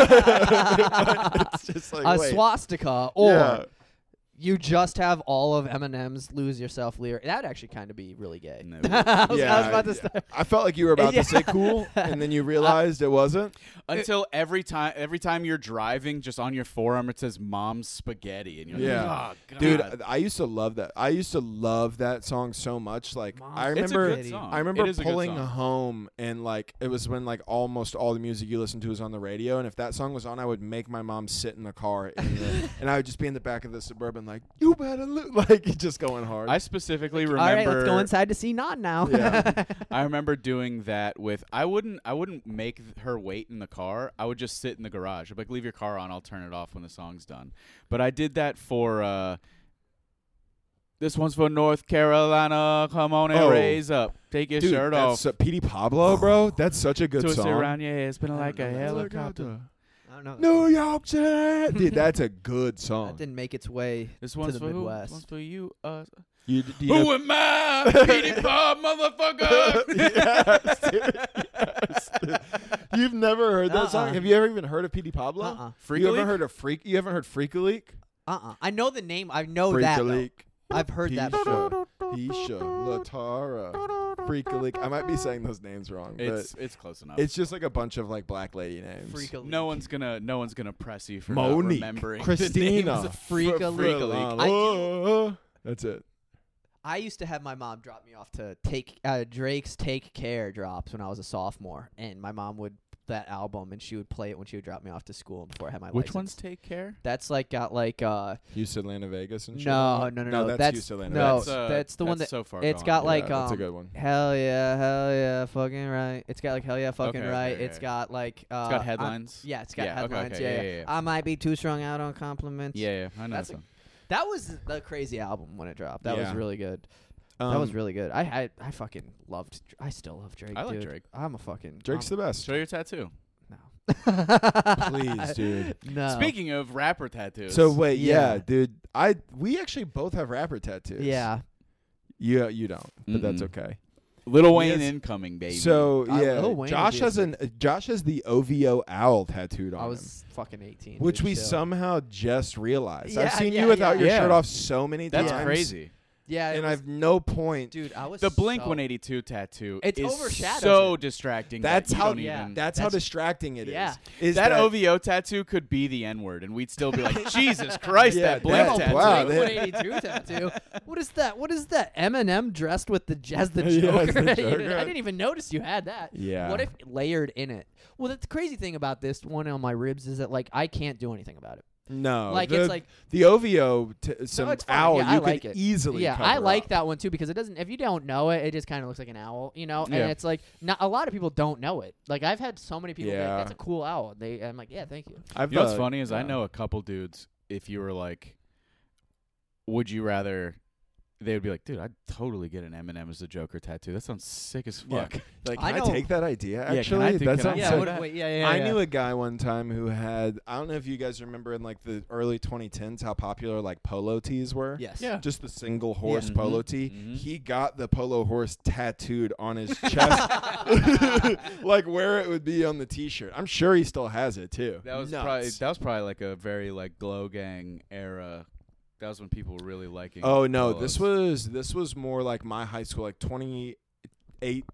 A: it's just (laughs) like
B: a
A: wait.
B: swastika or
A: Yeah.
B: you just have all of Eminem's "Lose Yourself" lyric. That would actually kind of be really gay.
C: No.
B: (laughs) I, was, I was about to say.
A: I felt like you were about
B: Yeah.
A: to say
B: (laughs)
A: cool, and then you realized it wasn't.
C: Until every time every time you're driving, just on your forearm it says mom's spaghetti and you're
A: Yeah.
C: like, oh god.
A: Dude, I I used to love that. I used to love that song so much. Like I
C: it's
A: remember,
C: a good song.
A: I
C: It
A: remember
C: is a good
A: pulling
C: song.
A: home and like it was when like almost all the music you listened to was on the radio, and if that song was on, I would make my mom sit in the car, in
B: (laughs)
A: the, and I would just be in the back of the suburban, like you better look, (laughs) like just going hard.
C: I specifically remember
B: All right, let's go inside to see Not now. (laughs)
A: Yeah.
C: I remember doing that with I wouldn't I wouldn't make th- her wait in the car. I would just sit in the garage. I'd be like leave your car on. I'll turn it off when the song's done. But I did that for uh this one's for North Carolina. Come on and
A: Oh.
C: raise up. Take your
A: Dude,
C: shirt
A: that's
C: off.
A: so- Petey Pablo,
C: (sighs)
A: bro, that's such a good
C: Twist
A: song.
C: it around your head. Spinning
B: I
C: like a
B: don't know.
C: helicopter.
B: I don't know.
A: New York City, dude, that's a
B: (laughs)
A: good
B: that
A: song.
B: didn't make its way.
C: This one's
B: the
C: for who?
B: Midwest.
C: This one's for you. Us.
A: You, do you know-
C: Who am I? Petey
B: (laughs)
C: Bob, motherfucker.
A: (laughs) yes, dude. Yes, dude. You've never heard that
B: Uh-uh.
A: song? Have you ever even heard of P.D. Pablo?
B: Uh-uh.
A: You
C: Freak-a-leak?
A: ever heard of Freak? You haven't heard Freak-a-Leak?
B: Uh-uh. I know the name. I know Oh, that. though. I've heard that. before.
A: Tisha, Tisha, Latara, Freak-a-Leak. I might be saying those names wrong, but it's,
C: It's uh, it's close enough.
A: just like a bunch of like black lady names.
B: Freak-a-leak.
C: No one's gonna no one's gonna press you for not
A: Monique,
C: remembering The names
A: Christina,
C: of
B: Freak-a-leak.
C: Freak-a-leak.
B: I-
A: Freak-a-Leak. That's it.
B: I used to have my mom drop me off to take uh, Drake's "Take Care" drops when I was a sophomore, and my mom would that album, and she would play it when she would drop me off to school before I had my
C: Which
B: license.
C: ones take care?
B: That's like got like uh
A: Houston, Atlanta, Vegas, and shit.
B: no no no no,
A: that's,
B: that's
A: Houston, Atlanta,
B: no
A: Vegas.
B: that's, the one that
C: uh, so far.
B: it's
C: gone.
B: got
A: Yeah,
B: like,
A: that's a
B: um,
A: good one.
B: hell yeah hell yeah fucking right. It's got like hell yeah fucking
C: Okay, okay,
B: right.
C: okay,
B: It's
C: okay.
B: got like uh,
C: it's got
B: I'm-
C: headlines.
B: yeah, it's got
C: Yeah, okay,
B: headlines.
C: okay,
B: yeah,
C: yeah,
B: yeah,
C: yeah, yeah.
B: I might be too strung out on compliments.
C: yeah, yeah, I know
B: That's
C: that
B: a-
C: one.
B: That was the crazy album when it dropped. That was
A: Yeah.
B: really good. that was
A: Um,
B: really good. I I, I fucking loved. Dr- I still love Drake.
C: I like
B: dude.
C: Drake.
B: I'm a fucking
A: Drake's
B: (laughs)
A: the best.
C: Show your tattoo.
B: I'm, no.
A: Please, dude.
B: No.
C: Speaking of rapper tattoos,
A: So wait, yeah.
B: Yeah.
A: dude. I we actually both have rapper tattoos.
B: Yeah.
A: You uh, you don't, but that's
C: Mm-mm.
A: okay.
C: Lil Wayne
A: Yes.
C: incoming, baby.
A: So
B: I-
A: yeah,
B: Lil Wayne would
A: Josh
B: be
A: has
B: a
A: an Josh has the OVO owl tattooed on
B: I
A: him,
B: was fucking 18.
A: which
B: dude,
A: we
B: chill.
A: somehow just realized. I've
B: Yeah,
A: seen
B: yeah,
A: you without
B: yeah.
A: your
C: Yeah.
A: shirt off so many
C: that's
A: times.
C: crazy.
B: Yeah. it
A: And
B: was-
A: I've no point.
B: Dude, I was.
C: The Blink
B: (laughs) so-
C: 182 tattoo
B: It's
C: is
B: overshadows
C: so
B: it.
C: distracting.
A: That's
C: that you
A: how-
C: don't
B: yeah.
C: even-
A: that's, how
B: that's-
A: distracting it is.
B: yeah.
A: is.
C: that,
A: that
C: OVO tattoo could be the N word, and we'd still be
B: (laughs)
C: like, Jesus Christ,
A: Yeah,
C: that Blink
B: Oh,
A: that-
C: tattoo.
A: wow, (laughs)
B: Blink
A: that-
B: 182 tattoo. What is that? What is that? Eminem dressed with the j- as the
A: (laughs) Yeah,
B: Joker. (laughs)
A: as the
B: You didn't-
A: Joker.
B: I didn't even notice you had that.
A: Yeah.
B: What if layered in it? Well, that's the crazy thing about this one on my ribs is that like I can't do anything about it.
A: No,
B: like,
A: Oh, the,
B: it's like-
A: the OVO t- some
B: it's fine.
A: owl
B: Yeah, I
A: you could
B: like it.
A: easily.
B: yeah,
A: cover
B: I like
A: up.
B: that one too because it doesn't. If you don't know it, it just kind of looks like an owl, you know.
C: Yeah.
B: And it's like not, a lot of people don't know it. Like I've had so many people. be like,
A: Yeah.
B: That's a cool owl. And They. I'm like, yeah, thank you.
A: I've,
C: You know what's
A: uh,
C: funny is I
A: yeah.
C: know a couple dudes. If you were like, would you rather they would be like, dude, I'd totally get an Eminem as a Joker tattoo. That sounds sick as fuck.
A: (laughs) Like,
B: I
A: can I,
B: know-
A: take that idea?
C: can I
A: Actually,
C: do-
A: that
C: can I
A: sounds
B: yeah,
A: so
B: what, wait, yeah, yeah.
A: I
B: yeah.
A: knew a guy one time who had I don't know if you guys remember in like the early 2010s how popular like polo tees were.
B: (laughs) Yes.
C: Yeah.
A: Just the single horse
C: Mhm,
A: polo tee.
C: mhm.
A: He got the polo horse tattooed on his chest, (laughs) like where it would be on the T-shirt. I'm sure he still has it too.
C: That was
A: Nuts.
C: probably that was probably like a very like glow gang era. That was when people were really liking.
A: Oh no, this
C: polos.
A: was this was more like my high school, like 28,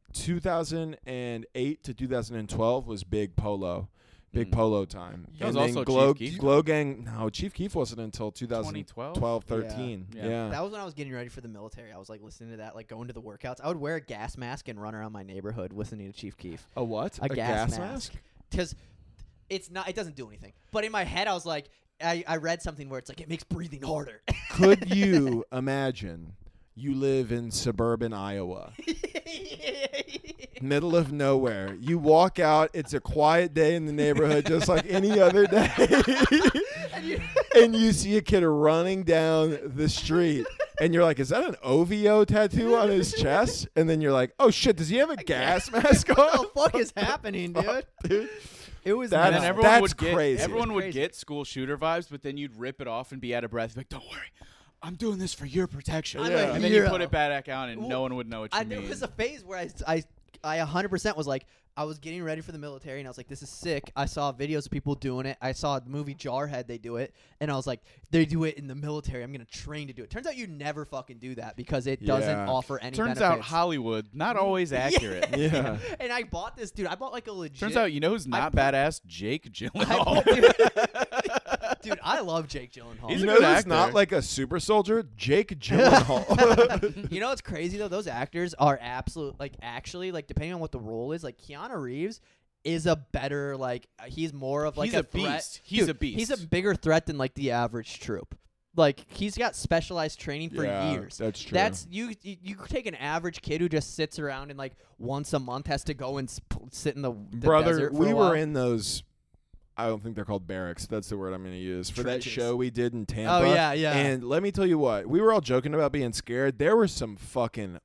A: 2008 to 2012 was big polo. Big
C: Mm.
A: polo time.
C: That was
A: and
C: also
A: then Glow,
C: Chief Keef.
A: Glow Gang. No, Chief Keef wasn't until
C: 2012?
A: 2012, 13.
C: Yeah.
A: Yeah.
B: That was when I was getting ready for the military. I was like listening to that, like going to the workouts. I would wear a gas mask and run around my neighborhood listening to Chief Keef.
A: A what?
B: A, gas, mask. Because it's not. It doesn't do anything. But in my head, I was like, I, I read something where it's like it makes breathing harder. (laughs)
A: Could you imagine you live in suburban Iowa, middle of nowhere. You walk out, it's a quiet day in the neighborhood just like any other day.
B: (laughs) And you-
A: (laughs) and you see a kid running down the street and you're like is that an ovo tattoo on his chest and then you're like oh shit does he have a gas mask on
B: what the fuck is happening, (laughs) dude?
A: dude
B: It was
A: That's-
C: And then
B: nuts.
C: everyone
A: that's
C: would get
A: crazy.
C: everyone would
B: Crazy.
C: get school shooter vibes, but then you'd rip it off and be out of breath. Like, don't worry, I'm doing this for your protection.
B: I'm
A: a
C: And then you
B: hero.
C: put it back on, and
B: Well,
C: no one would know what you
B: I,
C: mean.
B: there was a phase where I, I, I 100% was like, I was getting ready for the military and I was like, this is sick. I saw videos of people doing it. I saw the movie Jarhead, they do it. And I was like, they do it in the military. I'm going to train to do it. Turns out you never fucking do that because it doesn't
A: Yeah.
B: offer any Mm.
C: Turns out
B: benefits.
C: Hollywood
B: (laughs)
C: not always accurate.
A: yeah
B: and I bought this, dude. I bought like a legit.
C: Turns out you know who's not
B: put-
C: badass?
B: (laughs)
C: Jake (laughs)
B: I
C: Gyllenhaal.
B: bought- dude, dude, I love Jake Gyllenhaal.
C: He's
A: you
C: a
A: know
C: good
A: who's
C: actor.
A: not like a super soldier
B: (laughs)
A: jake gyllenhaal
B: you know what's crazy though? Those actors are absolute like actually like depending on what the role is. Like Keanu Reeves is a better like uh, he's more of like
C: He's a
B: threat-
C: beast. He's
B: Dude,
C: a beast.
B: He's a bigger threat than like the average troop. Like he's got specialized training
A: (laughs)
B: for
A: Yeah,
B: years.
A: that's true.
B: That's you, you. You take an average kid who just sits around and like once a month has to go and sp- sit in the, the
A: brother
B: desert for
A: we
B: a
A: were
B: while.
A: in those I don't think they're called barracks. That's the word I'm going to use for that
B: Trenches. Oh,
A: show we did in Tampa.
B: yeah, yeah.
A: And let me tell you what, we were all joking about being scared. There were some fucking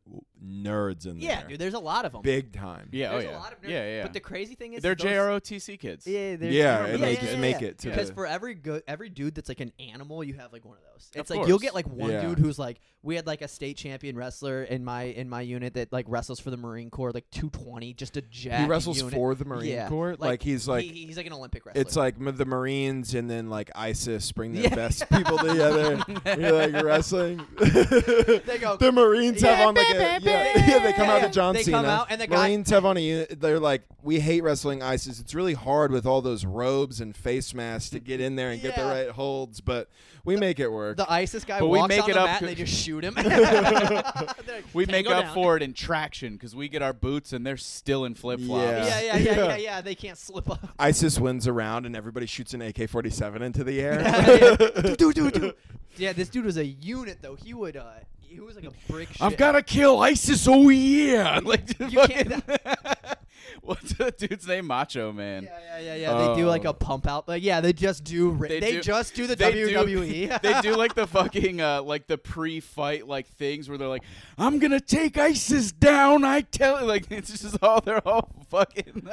A: nerds in
B: Yeah,
A: there,
B: dude. There's a lot of them.
A: big time.
C: yeah, oh
B: There's
C: yeah.
B: a lot of nerds.
C: yeah, yeah.
B: But the crazy thing is
C: They're
B: those-
C: JROTC kids.
B: Yeah, they're
A: Yeah,
B: they're-
A: and
B: yeah,
A: they
B: yeah,
A: just
B: yeah,
A: make
B: yeah.
A: it to
B: because
A: the-
B: for every go- every dude that's like an animal, you have like one of those. It's
C: Of
B: like you'll
C: course.
B: get like one
A: Yeah.
B: dude who's like we had like a state champion wrestler in my in my unit that like wrestles for the Marine Corps like 220, just a jack.
A: He wrestles
B: unit.
A: for the Marine
B: Yeah,
A: Corps. Like, he's like
B: he- he's like an Olympic wrestler.
A: it's like m- the Marines and then like ISIS bring their
B: Yeah.
A: best people
B: (laughs)
A: together. (laughs) You're like wrestling.
B: they go.
A: the Marines
B: Yeah,
A: have on like a yeah,
B: bah, bah, bah.
A: yeah they come out
B: Yeah,
A: to John
B: they
A: Cena.
B: come out and the guy-
A: Marines have on a unit. They're like we hate wrestling ISIS. It's really hard with all those robes and face masks to get in there and get the
B: Yeah.
A: right holds, but we make it work.
B: the ISIS guy
C: But we
B: walks
C: make
B: on
C: it
B: the
C: up
B: mat and
C: c-
B: they just shoot
A: (laughs)
B: him. (laughs) They're like,
C: We make
B: "Tango
C: up
B: down."
C: for it in traction because we get our boots and they're still in flip flops.
A: Yeah.
B: Yeah, yeah, yeah,
A: Yeah. (laughs)
B: yeah, yeah. They can't slip up. (laughs)
A: ISIS wins a round and everybody shoots an AK-47 into the
B: (laughs)
A: air.
B: do, do, do, do. Yeah, this dude was a unit though. He would uh he was like a brick shit.
C: I've got to kill ISIS. Oh yeah! (laughs) Like just
B: You can't-
C: fucking- (laughs) What's the dude's name? Macho Man.
B: Yeah, yeah, yeah, yeah. They do like a
A: Oh.
B: pump out, but yeah, they just do. Ri- they
C: do-
B: just do the
C: (laughs)
B: E.
A: (laughs)
C: they
B: WWE.
C: (laughs) they do like the fucking uh, like the pre-fight like things where they're like, "I'm gonna take ISIS down." I tell (laughs) like it's just all they're all fucking. (laughs)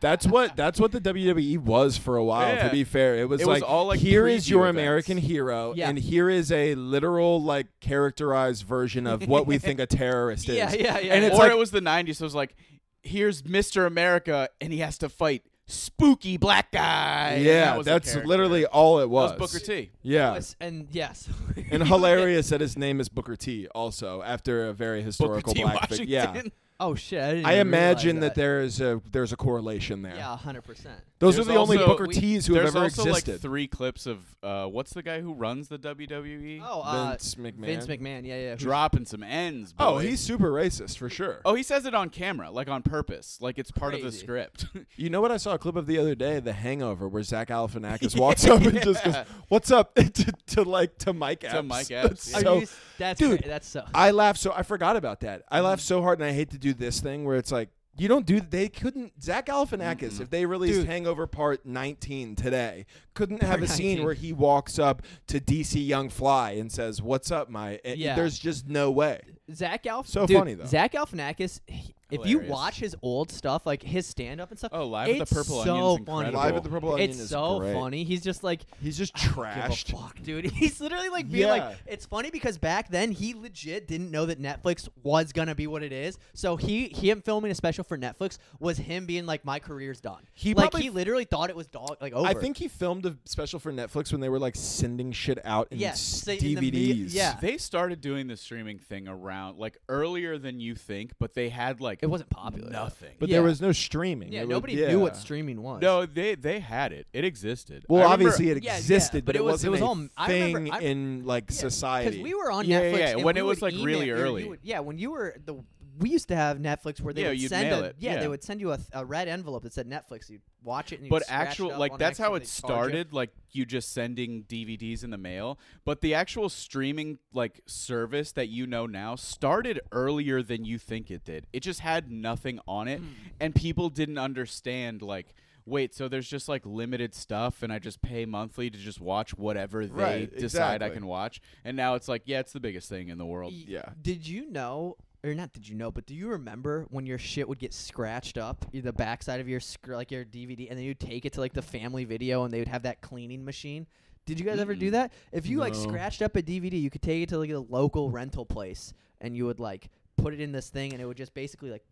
A: That's what that's what the WWE was for a while.
C: Yeah.
A: To be fair, it was,
C: It was
A: like,
C: all, like,
A: here is
C: preview
A: your
C: events.
A: American hero,
B: Yeah.
A: and here is a literal like characterized version of what we think a terrorist is.
B: (laughs) (laughs) yeah, yeah, yeah.
A: And it's
C: or
A: like
C: it was the '90s. So it was like, "Here's Mr. America, and he has to fight spooky black guy." And that
A: yeah,
C: was the
A: that's
C: character.
A: literally all it was.
C: That was Booker T.
A: Yeah.
B: Yes, and yes, (laughs)
A: And hilarious that his name is Booker T. Also, after a very historical
C: Booker T.
A: black fig- Yeah,
B: (laughs)
C: (laughs) Washington.
B: oh shit! I, didn't
A: I
B: even realize
A: imagine that.
B: that.
A: there is a there's a correlation there.
B: Yeah, hundred percent.
A: Those
C: There's
A: are the only
C: also-
A: Booker
B: we-
A: T's who have
C: There's
A: ever
C: also like
A: existed.
C: three clips of uh, what's the guy who runs the WWE?
B: Oh, uh,
A: Vince McMahon.
B: Vince McMahon. Yeah, yeah. who's-
C: dropping some ends. Boy.
A: oh, he's super racist for sure.
C: Oh, he says it on camera, like on purpose, like it's part of the
B: Crazy.
C: script. (laughs)
A: You know what I saw a clip of the other day, The Hangover, where Zach
B: (laughs)
A: Galifianakis walks up and just goes, "What's up?" (laughs) to, to like to Mike Epps.
C: Mike
A: (laughs) That's
C: Epps, yeah.
B: Are
A: so-
B: you s- that's
A: dude,
B: cra- that's so. Mm-hmm.
A: I laughed so I forgot about that. I laughed so hard, and I hate to do this thing where it's like You don't do. They couldn't. Zach Galifianakis, if they released
B: Dude.
A: Hangover Part 19 today, couldn't have a
B: Part
A: scene
B: 19.
A: where he walks up to DC Young Fly and says, "What's up, my?" eh,
B: Yeah.
A: There's just no way.
B: Zach Galf.
A: So
B: dude,
A: funny, though.
B: Zach Galifianakis. he- If you
C: Hilarious.
B: watch his old stuff, like his stand up and stuff,
C: Oh, Live at the
B: it's
C: Purple
B: so
C: Onion's
B: funny.
C: incredible.
A: Live at the Purple Onion
B: it's
A: is
B: so
A: great.
B: funny. He's just like
A: He's just
B: give a
A: trashed.
B: fuck, dude. (laughs) He's literally like being
A: Yeah.
B: like, it's funny because back then he legit didn't know that Netflix was gonna be what it is. So he him filming a special for Netflix was him being like, my career's done.
A: He
B: like
A: probably-
B: he literally thought it was dog like over.
A: I think he filmed a special for Netflix when they were like sending shit out in
B: Yeah,
A: s-
B: say in the
A: DVDs.
B: media- yeah.
C: They started doing the streaming thing around like earlier than you think, but they had like
B: it wasn't popular.
C: nothing.
A: but
B: Yeah.
A: there was no streaming.
B: Yeah,
A: It was-
B: nobody knew what
A: yeah.
B: streaming was.
C: no, they they had it. It existed.
A: Well,
C: I remember-
A: obviously it
B: Yeah, yeah,
A: existed, but,
B: but it was-
A: wasn't
B: it was
A: a
B: all- I
A: thing
B: remember- I-
A: in like society.
B: Because we were on
C: Yeah, yeah,
B: Netflix.
C: yeah,
B: and
C: when
B: we
C: it was,
B: would
C: like, really
B: email- or you
C: early.
B: would- yeah, when you were the. We used to have Netflix where they
C: Yeah,
B: would
C: you'd
B: send
C: mail
B: a
C: it,
B: yeah,
C: yeah.
B: they would send you a, a red envelope that said Netflix. You'd watch it and you'd
C: but
B: scratch it
C: actual
B: up
C: like
B: on
C: that's
B: Excel,
C: how
B: they'd
C: it
B: charge you.
C: started like you just sending dvds in the mail but the actual streaming like service that you know now started earlier than you think it did it just had nothing on it and people didn't understand like wait so there's just like limited stuff and i just pay monthly to just watch whatever they
A: Right,
C: decide i
A: exactly.
C: can watch and now it's like yeah it's the biggest thing in the world
B: Y-
A: Yeah.
B: Did you know, or not? Did you know? But do you remember when your shit would get scratched up, y- the backside of your sc- like your DVD, and then you'd take it to like the Family Video, and they would have that cleaning machine. Did you guys ever do that? If you like
A: No.
B: scratched up a DVD, you could take it to like a local rental place, and you would like put it in this thing, and it would just basically like.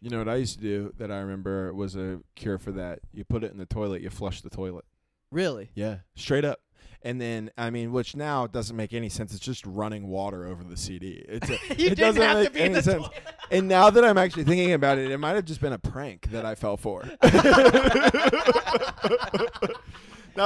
A: You know what I used to do that I remember was a cure for that. You put it in the toilet, you flush the toilet.
B: Really?
A: Yeah, straight up. And then I mean, which now doesn't make any sense. It's just running water over the CD. It's a,
B: (laughs) You
A: it
B: didn't
A: doesn't
B: have to
A: make
B: be in
A: any
B: the
A: sense.
B: toilet.
A: And now that I'm actually thinking about it, it might have just been a prank that I fell
B: (laughs)
A: for. (laughs) now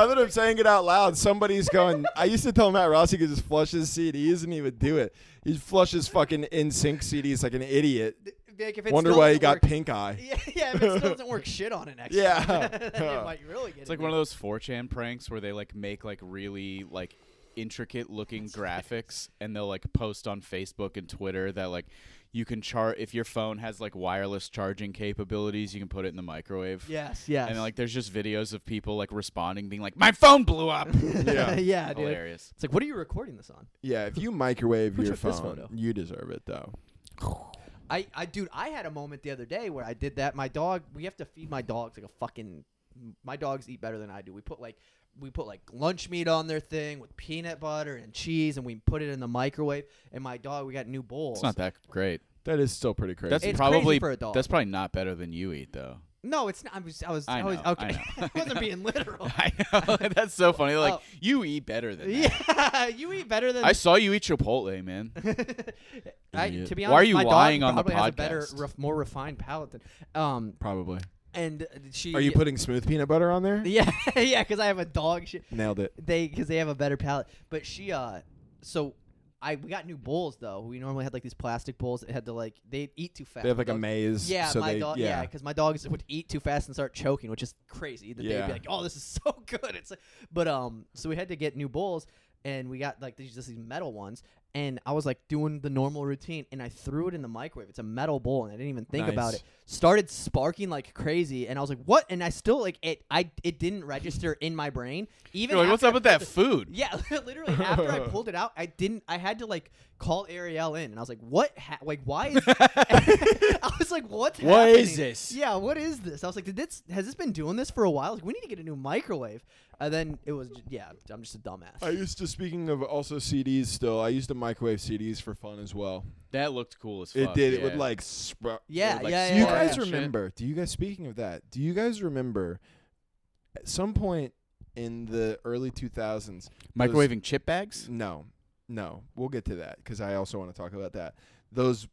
A: that I'm saying it out loud, somebody's going. I used to tell Matt Ross he could just flush his CDs, and he would do it. He flushes fucking in sync CDs like an idiot.
B: Like, if it
A: Wonder
B: still
A: why he
B: doesn't
A: got
B: work-
A: pink eye.
B: (laughs) Yeah, yeah. If it still doesn't work, shit on it next.
A: Yeah.
B: time. Then
A: Yeah.
B: (laughs) it might really get.
C: It's like one of those 4chan pranks where they like make like really like intricate looking graphics and they'll like post on Facebook and Twitter that like you can char if your phone has like wireless charging capabilities, you can put it in the microwave.
B: Yes. Yes.
C: And like there's just videos of people like responding being like my phone
B: (laughs)
C: blew up.
A: Yeah.
B: (laughs) yeah, dude.
C: Hilarious.
B: It's like, what are you recording this on?
A: Yeah, if you microwave
B: Who
A: your
B: took this
A: phone,
B: photo?
A: you deserve it though.
B: I, I, dude, I had a moment the other day where I did that. My dog, we have to feed my dogs like a fucking. My dogs eat better than I do. We put like, we put like lunch meat on their thing with peanut butter and cheese, and we put it in the microwave. And my dog, we got new bowls.
C: It's not that great.
A: That is still pretty crazy.
C: That's
B: It's crazy
C: probably
B: for a dog.
C: that's probably not better than you eat though. (laughs)
B: No, it's not. I was, I was,
C: I
B: I, was
C: know, I
B: okay.
C: know.
B: (laughs) I wasn't being
C: (laughs)
B: literal.
C: I know. that's so funny. Like
B: Oh.
C: you eat better than that.
B: yeah, you eat better than.
C: I saw you eat
B: (laughs)
C: Chipotle, man.
B: I-
A: Idiot.
B: to be honest,
C: Why are you
B: my
C: lying
B: dog
C: on the
B: probably has a better,
C: podcast?
B: ref, more refined palate than. Um,
A: Probably.
B: and she.
A: Are you putting smooth peanut butter on there?
B: (laughs) Yeah, (laughs) yeah, because I have a dog. Shit.
A: Nailed it.
B: they because they have a better palate. But she, uh, so I we got new bowls though. We normally had like these plastic bowls that had to like they eat too fast.
A: They have like
B: My
A: a
B: dog-
A: maze.
B: Yeah,
A: so
B: my
A: they,
B: dog. Yeah,
A: Yeah.
B: because my dogs would eat too fast and start choking, which is crazy. That they'd
A: Yeah.
B: be like, "Oh, this is (laughs) so good." It's like, but um, so we had to get new bowls, and we got like these just these metal ones. And I was like doing the normal routine, and I threw it in the microwave. It's a metal bowl, and I didn't even think about
A: Nice.
B: it. Started sparking like crazy, and I was like, "What?" And I still like it. I it didn't register in my brain. Even
C: You're like, what's
B: after I
C: up with
B: put
C: that
B: the-
C: food?
B: yeah, (laughs) literally after I
C: (laughs)
B: pulled it out, I didn't. I had to like call Ariel in, and I was like, "What? Ha- like, why?"
C: (laughs)
B: Is- (laughs) I was like, "What's
C: What
B: happening?
C: is this?
B: Yeah, what is this?" I was like, "Did this? Has this been doing this for a while? Like, we need to get a new microwave." And then it was, j- yeah, I'm just a dumbass.
A: I used to, speaking of also CDs still, I used to microwave CDs for fun as well.
C: That looked cool as fuck.
A: It did. It
C: yeah.
A: would like. Sp-
B: yeah, yeah,
C: like,
A: Do
B: yeah,
A: you
B: yeah,
A: guys
B: yeah.
C: shit.
A: remember? Do you guys, speaking of that, do you guys remember at some point in the early 2000s?
C: microwaving chip bags.
A: No, no. We'll get to that because I also want to talk about that. Those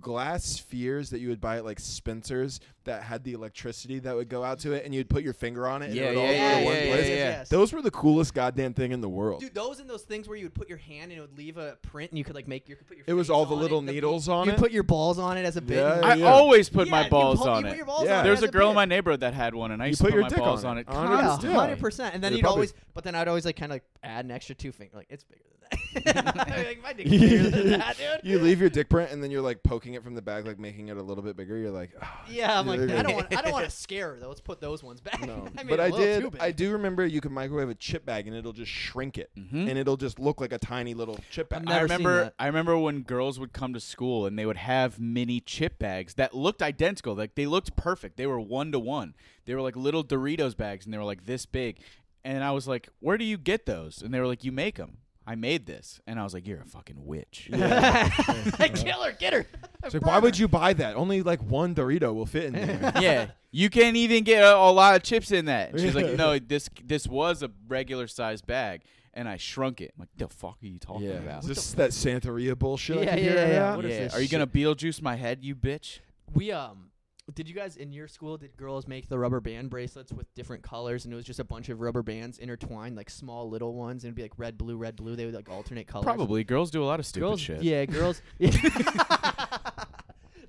A: glass spheres that you would buy at like Spencer's that had the electricity that would go out to it and you'd put your finger on it and
C: Yeah,
A: it would all
C: yeah,
A: go to
C: yeah,
A: one
C: yeah,
A: place.
C: yeah, yeah.
A: Those were the coolest goddamn thing in the world.
B: Dude, those and those things where you would put your hand and it would leave a print, and you could like make you could put your.
A: It was
B: face
A: all the
B: on
A: little
B: it, bee-
A: needles on
B: you
A: it.
B: put your balls on it as a bit.
A: Yeah,
B: and-
A: yeah.
C: I always put
B: Yeah,
C: my
B: you
C: balls
B: pu- you
C: on
B: put
C: it.
B: your balls
A: Yeah.
B: on it
C: There's
B: as
C: a girl
B: bit.
C: in my neighborhood that had one, and I
A: You
C: used
A: put
C: to put
A: your
C: my
A: dick
C: balls
A: on
C: on
A: it.
C: it.
A: Uh,
B: Yeah,
A: 100%.
B: hundred percent. And then
A: You're
B: you'd
A: probably-
B: always, but then I'd always like kind of like add an extra two finger, like it's bigger than (laughs) like, my dick's bigger
A: (laughs)
B: than that, dude.
A: you leave your dick print and then you're like poking it from the back, like making it a little bit bigger. You're like,
B: (laughs)
A: "Ah,
B: Yeah, I'm like,
A: there it
B: I don't
A: is."
B: want. I
A: (laughs)
B: don't want to scare her though. Let's put those ones back.
A: No.
B: (laughs) I made
A: but
B: it a
A: I
B: little
A: did.
B: Too big. (laughs)
A: I do remember you could microwave a chip bag and it'll just shrink it,
C: Mm-hmm.
A: and it'll just look like a tiny little chip bag.
B: I'm not-
C: I
B: Never seen
C: remember.
B: that.
C: I remember when girls would come to school and they would have mini chip bags that looked identical. Like they looked perfect. They were one to one. They were like little Doritos bags, and they were like this big. And I was like, "Where do you get those?" And they were like, "You make them." I made this, and I was like, "You're a fucking witch."
B: Kill her, get her.
A: It's like, why would you buy that? Only like one Dorito will fit in
B: (laughs)
A: there.
C: yeah, you can't even get a, a lot of chips in that.
B: (laughs)
C: And she's like, "No, this this was a regular size bag, and I shrunk it." I'm like, "The fuck are you talking
A: yeah,
C: about?"
A: is this that Santeria bullshit? I
B: Yeah,
A: keep
B: yeah,
A: hearing
B: yeah.
A: about?
B: What is
C: Yeah,
B: this
C: are you gonna Beetlejuice my head, you bitch?
B: We um, did you guys in your school did girls make the rubber band bracelets with different colors and it was just a bunch of rubber bands intertwined like small little ones and it'd be like red, blue, red, blue. They would like alternate colors.
C: Probably girls do a lot of stupid
B: girls.
C: shit.
B: Yeah,
C: (laughs)
B: girls. (laughs)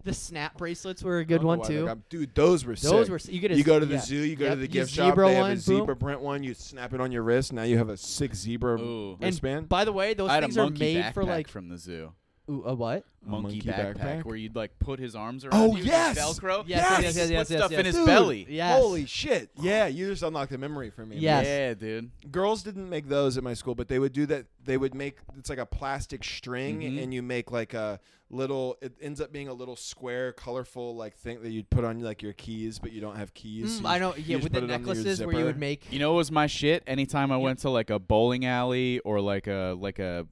B: the snap bracelets were a
A: I
B: good
A: don't know
B: one
A: why they
B: too.
A: got- dude, those were sick.
B: Those were s- you get a
A: you
B: z-
A: go to the
B: yeah.
A: zoo, you go
B: Yep,
A: to
B: you
A: the gift shop.
B: zebra
A: They have
B: one,
A: a
B: boom.
A: zebra print one. You snap it on your wrist. Now you have a sick zebra
C: Ooh.
B: And
A: wristband.
B: by the way, those
C: I had a
B: things are
C: monkey
B: made for
C: backpack
B: like
C: from the zoo.
B: ooh, a what?
A: A
C: Monkey,
A: monkey
C: backpack,
A: backpack?
C: where you'd like put his arms around.
A: Oh,
C: you with
A: yes!
C: Velcro.
B: Yes,
A: Yes!
B: yes, yes, yes,
C: Put stuff
B: yes,
C: in his
A: Dude.
C: belly.
B: Yes.
A: Holy shit! Yeah, you just unlocked a memory for me. man.
B: Yes.
C: Yeah, dude.
A: girls didn't make those at my school, but they would do that. They would make it's like a plastic string,
B: Mm-hmm.
C: Mhm.
A: and you make like a little. It ends up being a little square, colorful like thing that you'd put on like your keys, but you don't have keys. so
B: Mm,
A: you
B: I
A: just-
B: know.
A: you
B: Yeah,
A: just
B: with the
A: put it under your
B: necklaces where you would
A: zipper.
B: make.
C: You know, what was my shit. Anytime I went to like a bowling alley or like a like a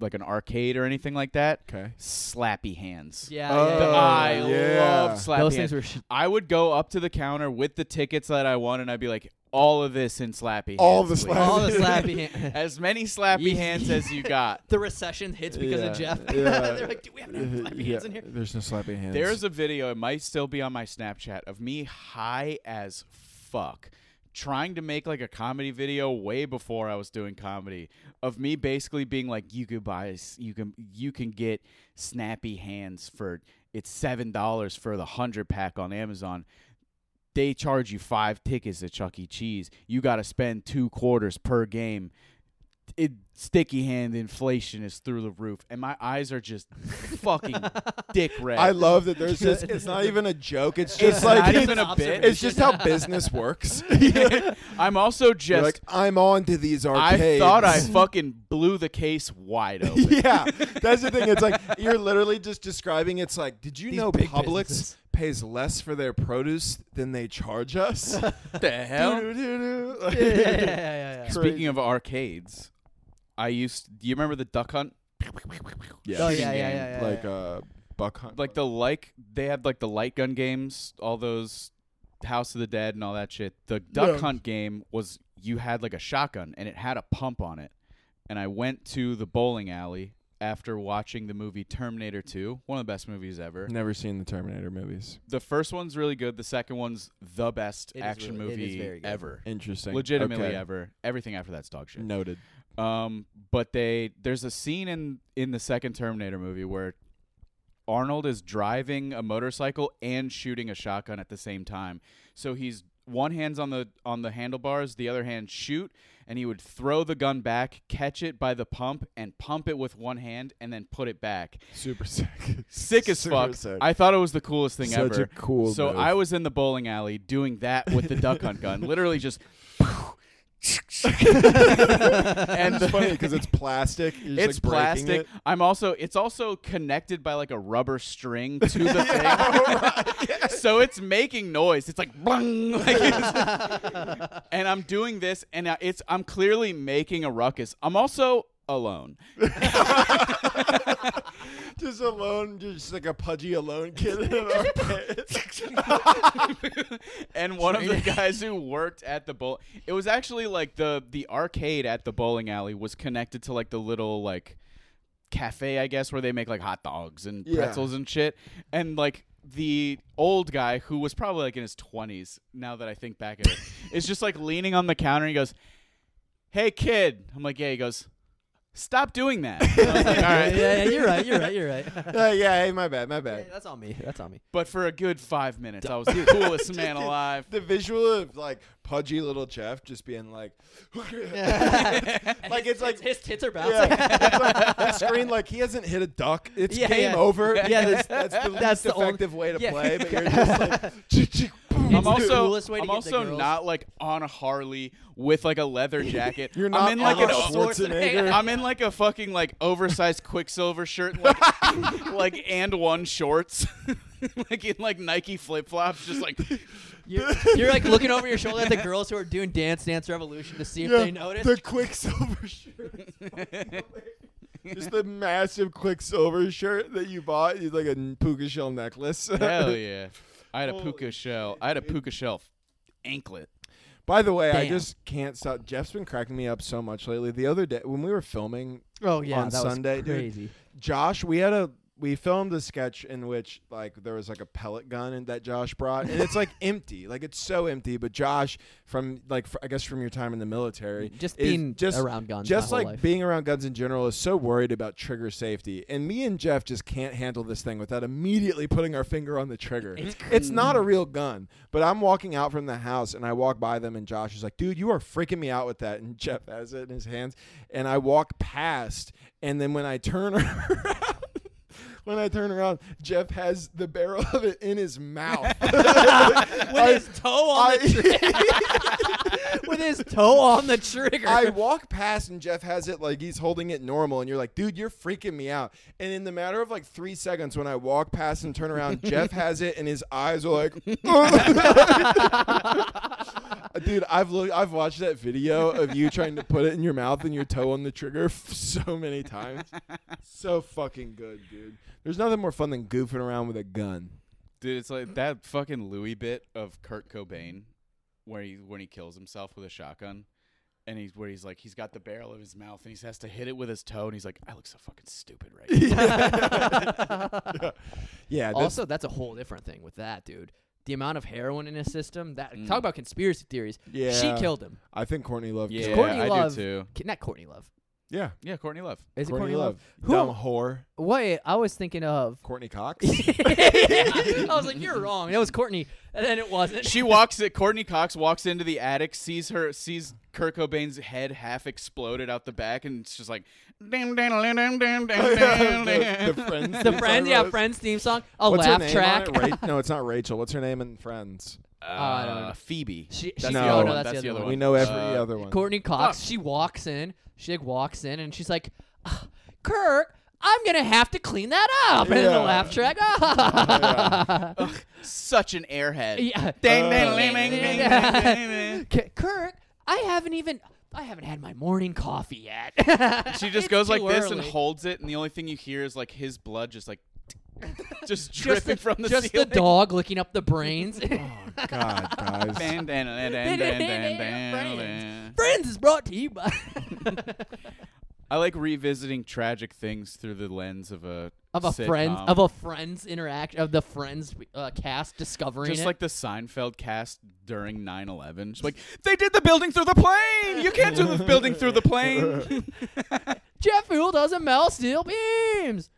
C: like an arcade or anything like that,
A: Okay.
C: slappy hands.
B: Yeah.
A: Oh,
B: yeah,
C: The-
B: yeah,
C: I
B: yeah.
A: yeah.
C: love slappy
B: Those
C: hands.
B: things were. Sh-
C: I would go up to the counter with the tickets that I won, and I'd be like, "All of this in slappy.
A: All
C: hands,
A: the
C: please."
A: slappy-
B: all the
A: (laughs)
B: slappy hand. (laughs)
C: As many slappy
B: Ye-
C: hands as you got.
B: The recession hits because of
A: Yeah,
B: Jeff.
A: yeah.
B: (laughs) They're like, do
C: (laughs)
B: we have no slappy
A: Yeah,
B: hands
A: (laughs)
B: in here?
A: There's no slapping hands.
C: There's a video, it might still be on my Snapchat, of me high as fuck trying to make like a comedy video way before I was doing comedy of me basically being like you could buy s- you can you can get snappy hands for it's $7 for the 100 pack on Amazon. They charge you 5 tickets at Chuck E. Cheese. You got to spend 2 quarters per game. It sticky hand inflation is through the roof and my eyes
A: (laughs)
C: are just fucking dick red. (laughs)
A: I love that. There's just. It's not even a joke. It's just
C: It's
A: like
C: not
A: it's,
C: even a bit.
A: it's just how
C: (laughs)
A: business works. (laughs) You're
C: I'm also just.
A: like I'm on to these
C: I
A: arcades.
C: thought
A: (laughs)
C: I fucking blew the case wide open.
A: yeah, that's the thing. It's
C: (laughs)
A: like you're literally just describing. It's like, did you
B: These
A: know
B: big
A: Publix
B: businesses.
A: pays less for their produce than they charge us?
C: What the (laughs) hell?
A: Doo-doo-doo-doo. Like,
B: yeah, yeah, yeah, (laughs) yeah, yeah.
C: Speaking of arcades, I used. Do you remember the Duck Hunt?
A: yeah,
B: Oh,
C: shooting
B: yeah, yeah,
C: game?
B: yeah,
A: (laughs)
B: yeah.
A: like uh, buck hunt,
C: Like the like they had like the light gun games, all those House of the Dead and all that shit. The Duck
A: Yeah.
C: Hunt game was you had like a shotgun and it had a pump on it. And I went to the bowling alley after watching the movie Terminator 2, one of the best movies ever.
A: Never seen the Terminator movies.
C: The first one's really good. The second one's the best
B: It is
C: action
B: really- it is
C: movie
B: very good. (laughs)
C: ever.
A: Interesting.
C: Legitimately
A: Okay.
C: ever. Everything after that's dog shit.
A: Noted.
C: Um, but they there's a scene in in the second Terminator movie where Arnold is driving a motorcycle and shooting a shotgun at the same time. So he's one hand's on the on the handlebars, the other hand shoot, and he would throw the gun back, catch it by the pump, and pump it with one hand, and then put it back.
A: Super (laughs) sick.
C: Sick as
A: Super
C: fuck.
A: sick.
C: I thought it was the coolest thing
A: Such
C: ever.
A: a cool.
C: So
A: move.
C: I was in the bowling alley doing that with the duck hunt gun,
A: (laughs)
C: literally just. and
A: It's
C: the-
A: funny because
C: (laughs)
A: it's plastic. You're just,
C: it's
A: like, breaking
C: plastic.
A: it.
C: I'm also it's also connected by like a rubber string
A: (laughs)
C: to the thing, so it's making noise. It's like, bling, (laughs)
A: (laughs)
C: like it's- and I'm doing this, and I- it's I'm clearly making a ruckus. I'm also alone.
A: Just alone, just like a pudgy alone kid. (laughs) in an arcade.
C: and one of the guys who worked at the bowl it was actually like the the arcade at the bowling alley was connected to like the little like cafe i guess where they make like hot dogs and
A: Yeah.
C: pretzels and shit and like the old guy who was probably like in his 20s now that i think back at it is just like leaning on the counter and he goes hey kid i'm like yeah he goes stop doing that. And I
B: (laughs)
C: was like, All (laughs) right.
B: yeah, yeah, you're right. You're right. You're
A: (laughs)
B: right.
A: Uh, yeah, hey, my bad, my
B: Yeah,
A: bad.
B: that's on me. That's on me.
C: But for a good five minutes, I was the coolest man alive.
A: The visual of like pudgy little Jeff just being like, (laughs) like it's like,
B: his tits are
A: yeah, it's like that screen like he hasn't hit a duck. It's
B: Yeah,
A: game
B: yeah.
A: over.
B: Yeah, that's-
A: that's the
B: that's
A: least
B: the only-
A: effective way to
B: yeah.
A: play. But you're just like, (laughs) boom.
C: I'm
B: It's the
C: also
B: coolest way to
C: I'm
B: get the
C: also
B: girls.
C: not like on a Harley with like a
B: (laughs)
C: leather jacket.
A: You're
C: I'm
A: not
C: in like an
A: Arnold
C: (laughs)
A: Schwarzenegger.
C: I'm in like a fucking like oversized Quicksilver shirt, like,
B: (laughs)
C: like and one shorts, (laughs) like in like Nike flip flops, just like
B: You're, (laughs) you're, like looking over your shoulder at the girls who are doing Dance Dance Revolution to see if they notice.
A: The Quicksilver (laughs)
B: (laughs)
A: shirt. Just the massive Quicksilver shirt that you bought. It's like a n- puka shell
B: (laughs)
A: necklace.
C: hell yeah. I had a
A: Holy
C: puka shell. I had a puka shell anklet.
A: (laughs) By the way, I
B: Damn.
A: just can't stop. Jeff's been cracking me up so much lately. The other day, when we were filming
B: oh yeah,
A: on
B: that
A: Sunday,
B: was
A: dude.
B: crazy.
A: Josh, we had a we filmed a sketch in which like there was like a pellet gun and that Josh brought, and
B: (laughs)
A: it's like empty, like it's so empty. But Josh, from like fr- I guess from your time in the military,
B: Just
A: is
B: being around guns
A: just
B: my whole
A: like
B: life.
A: being around guns in general, is so worried about trigger safety. And me and Jeff just can't handle this thing without immediately putting our finger on the trigger. It's, not a real gun, but I'm walking out from the house and I walk by them, and Josh is like, "Dude, you are freaking me out with that." And (laughs) Jeff has it in his hands, and I walk past, and then when I turn (laughs) around. When I turn around, Jeff has the barrel (laughs) of it in his mouth.
B: (laughs) With his toe on the
A: (laughs)
B: with his toe on the trigger. (laughs)
A: I (laughs) walk past and Jeff has it like he's holding it normal, and you're like, dude, you're freaking me out. And in the matter of like three seconds, when I walk past and turn around,
B: (laughs)
A: Jeff has it, and his eyes are like, (laughs) dude, I've looked, I've watched that video of you trying to put it in your mouth and your toe on the trigger (laughs) f- so many times. So fucking good, dude. There's nothing more fun than goofing around with a gun. (laughs)
C: Dude, it's like that fucking Louis bit of Kurt Cobain, where he when he kills himself with a shotgun, and he's where he's like he's got the barrel of his mouth and he has to hit it with his toe, and he's like, I look so fucking stupid right
B: (laughs)
C: now.
A: Yeah, that's
B: also, that's a whole different thing with that dude. The amount of heroin in his system. That
A: Mm.
B: talk about conspiracy theories. she
A: Yeah.
B: killed him.
A: I think Courtney Love.
C: Yeah,
A: killed-
B: Courtney
C: I
B: Love-
C: do too.
B: K- Not Courtney Love.
A: yeah.
C: Yeah, Courtney Love.
B: Is it
A: Courtney, Love,
B: Who?
A: dumb whore.
B: Wait, I was thinking (laughs) of.
A: Courtney Cox.
B: I was like, you're wrong. That was Courtney, and then it wasn't.
C: She walks it. Courtney Cox walks into the attic, sees her, sees Kurt Cobain's head half exploded out the back, and it's just like, dam, dam, dam, dam,
A: (laughs)
C: dam, dam, dam,
A: the,
C: dam.
A: the Friends.
B: the
A: theme
B: Friends,
A: song
B: yeah,
A: was-
B: Friends theme song, a
A: What's her
B: laugh
A: name on
B: track. (laughs)
A: it?
C: (laughs)
A: Ra- no, it's not Rachel. What's her name in Friends?
B: Oh, I don't
C: Uh,
B: know.
C: Phoebe.
B: She- she-
C: That's
B: oh,
C: the
A: no,
C: other
A: no,
C: one.
B: that's the other one.
A: We know every
C: Uh,
A: other one.
B: Courtney Cox,
C: Fuck.
B: she walks in, she like walks in, and she's like, "Ah, "Kurt, I'm gonna have to clean that up." And then the
A: Yeah.
B: laugh track. (laughs)
C: Such an airhead. (laughs)
B: Yeah.
C: Dang,
A: Uh,
C: dang, dang, dang, dang, dang,
B: (laughs)
C: dang, dang.
B: K- Kurt, I haven't even. I haven't had my morning coffee yet. (laughs)
C: She just
B: It's
C: goes like
B: too
C: this and
B: early.
C: holds it, and the only thing you hear is like his blood just
B: (laughs)
C: like, just
B: Just,
C: dripping
B: the,
C: from the
B: just the
C: ceiling. (laughs)
B: dog licking up the brains. (laughs)
A: God, guys.
C: Dang, dang, dang, dang, dang, dang, dang, dang.
B: Friends is brought to you by. (laughs)
C: I like revisiting tragic things through the lens of a
B: of a
C: sitcom.
B: friends of a friends interaction of the friends uh, cast discovering
C: just
B: it.
C: like the Seinfeld cast during 9/11. Just like they did the building through the plane. You can't do the building through the plane.
B: Jeff Fool doesn't melt steel beams.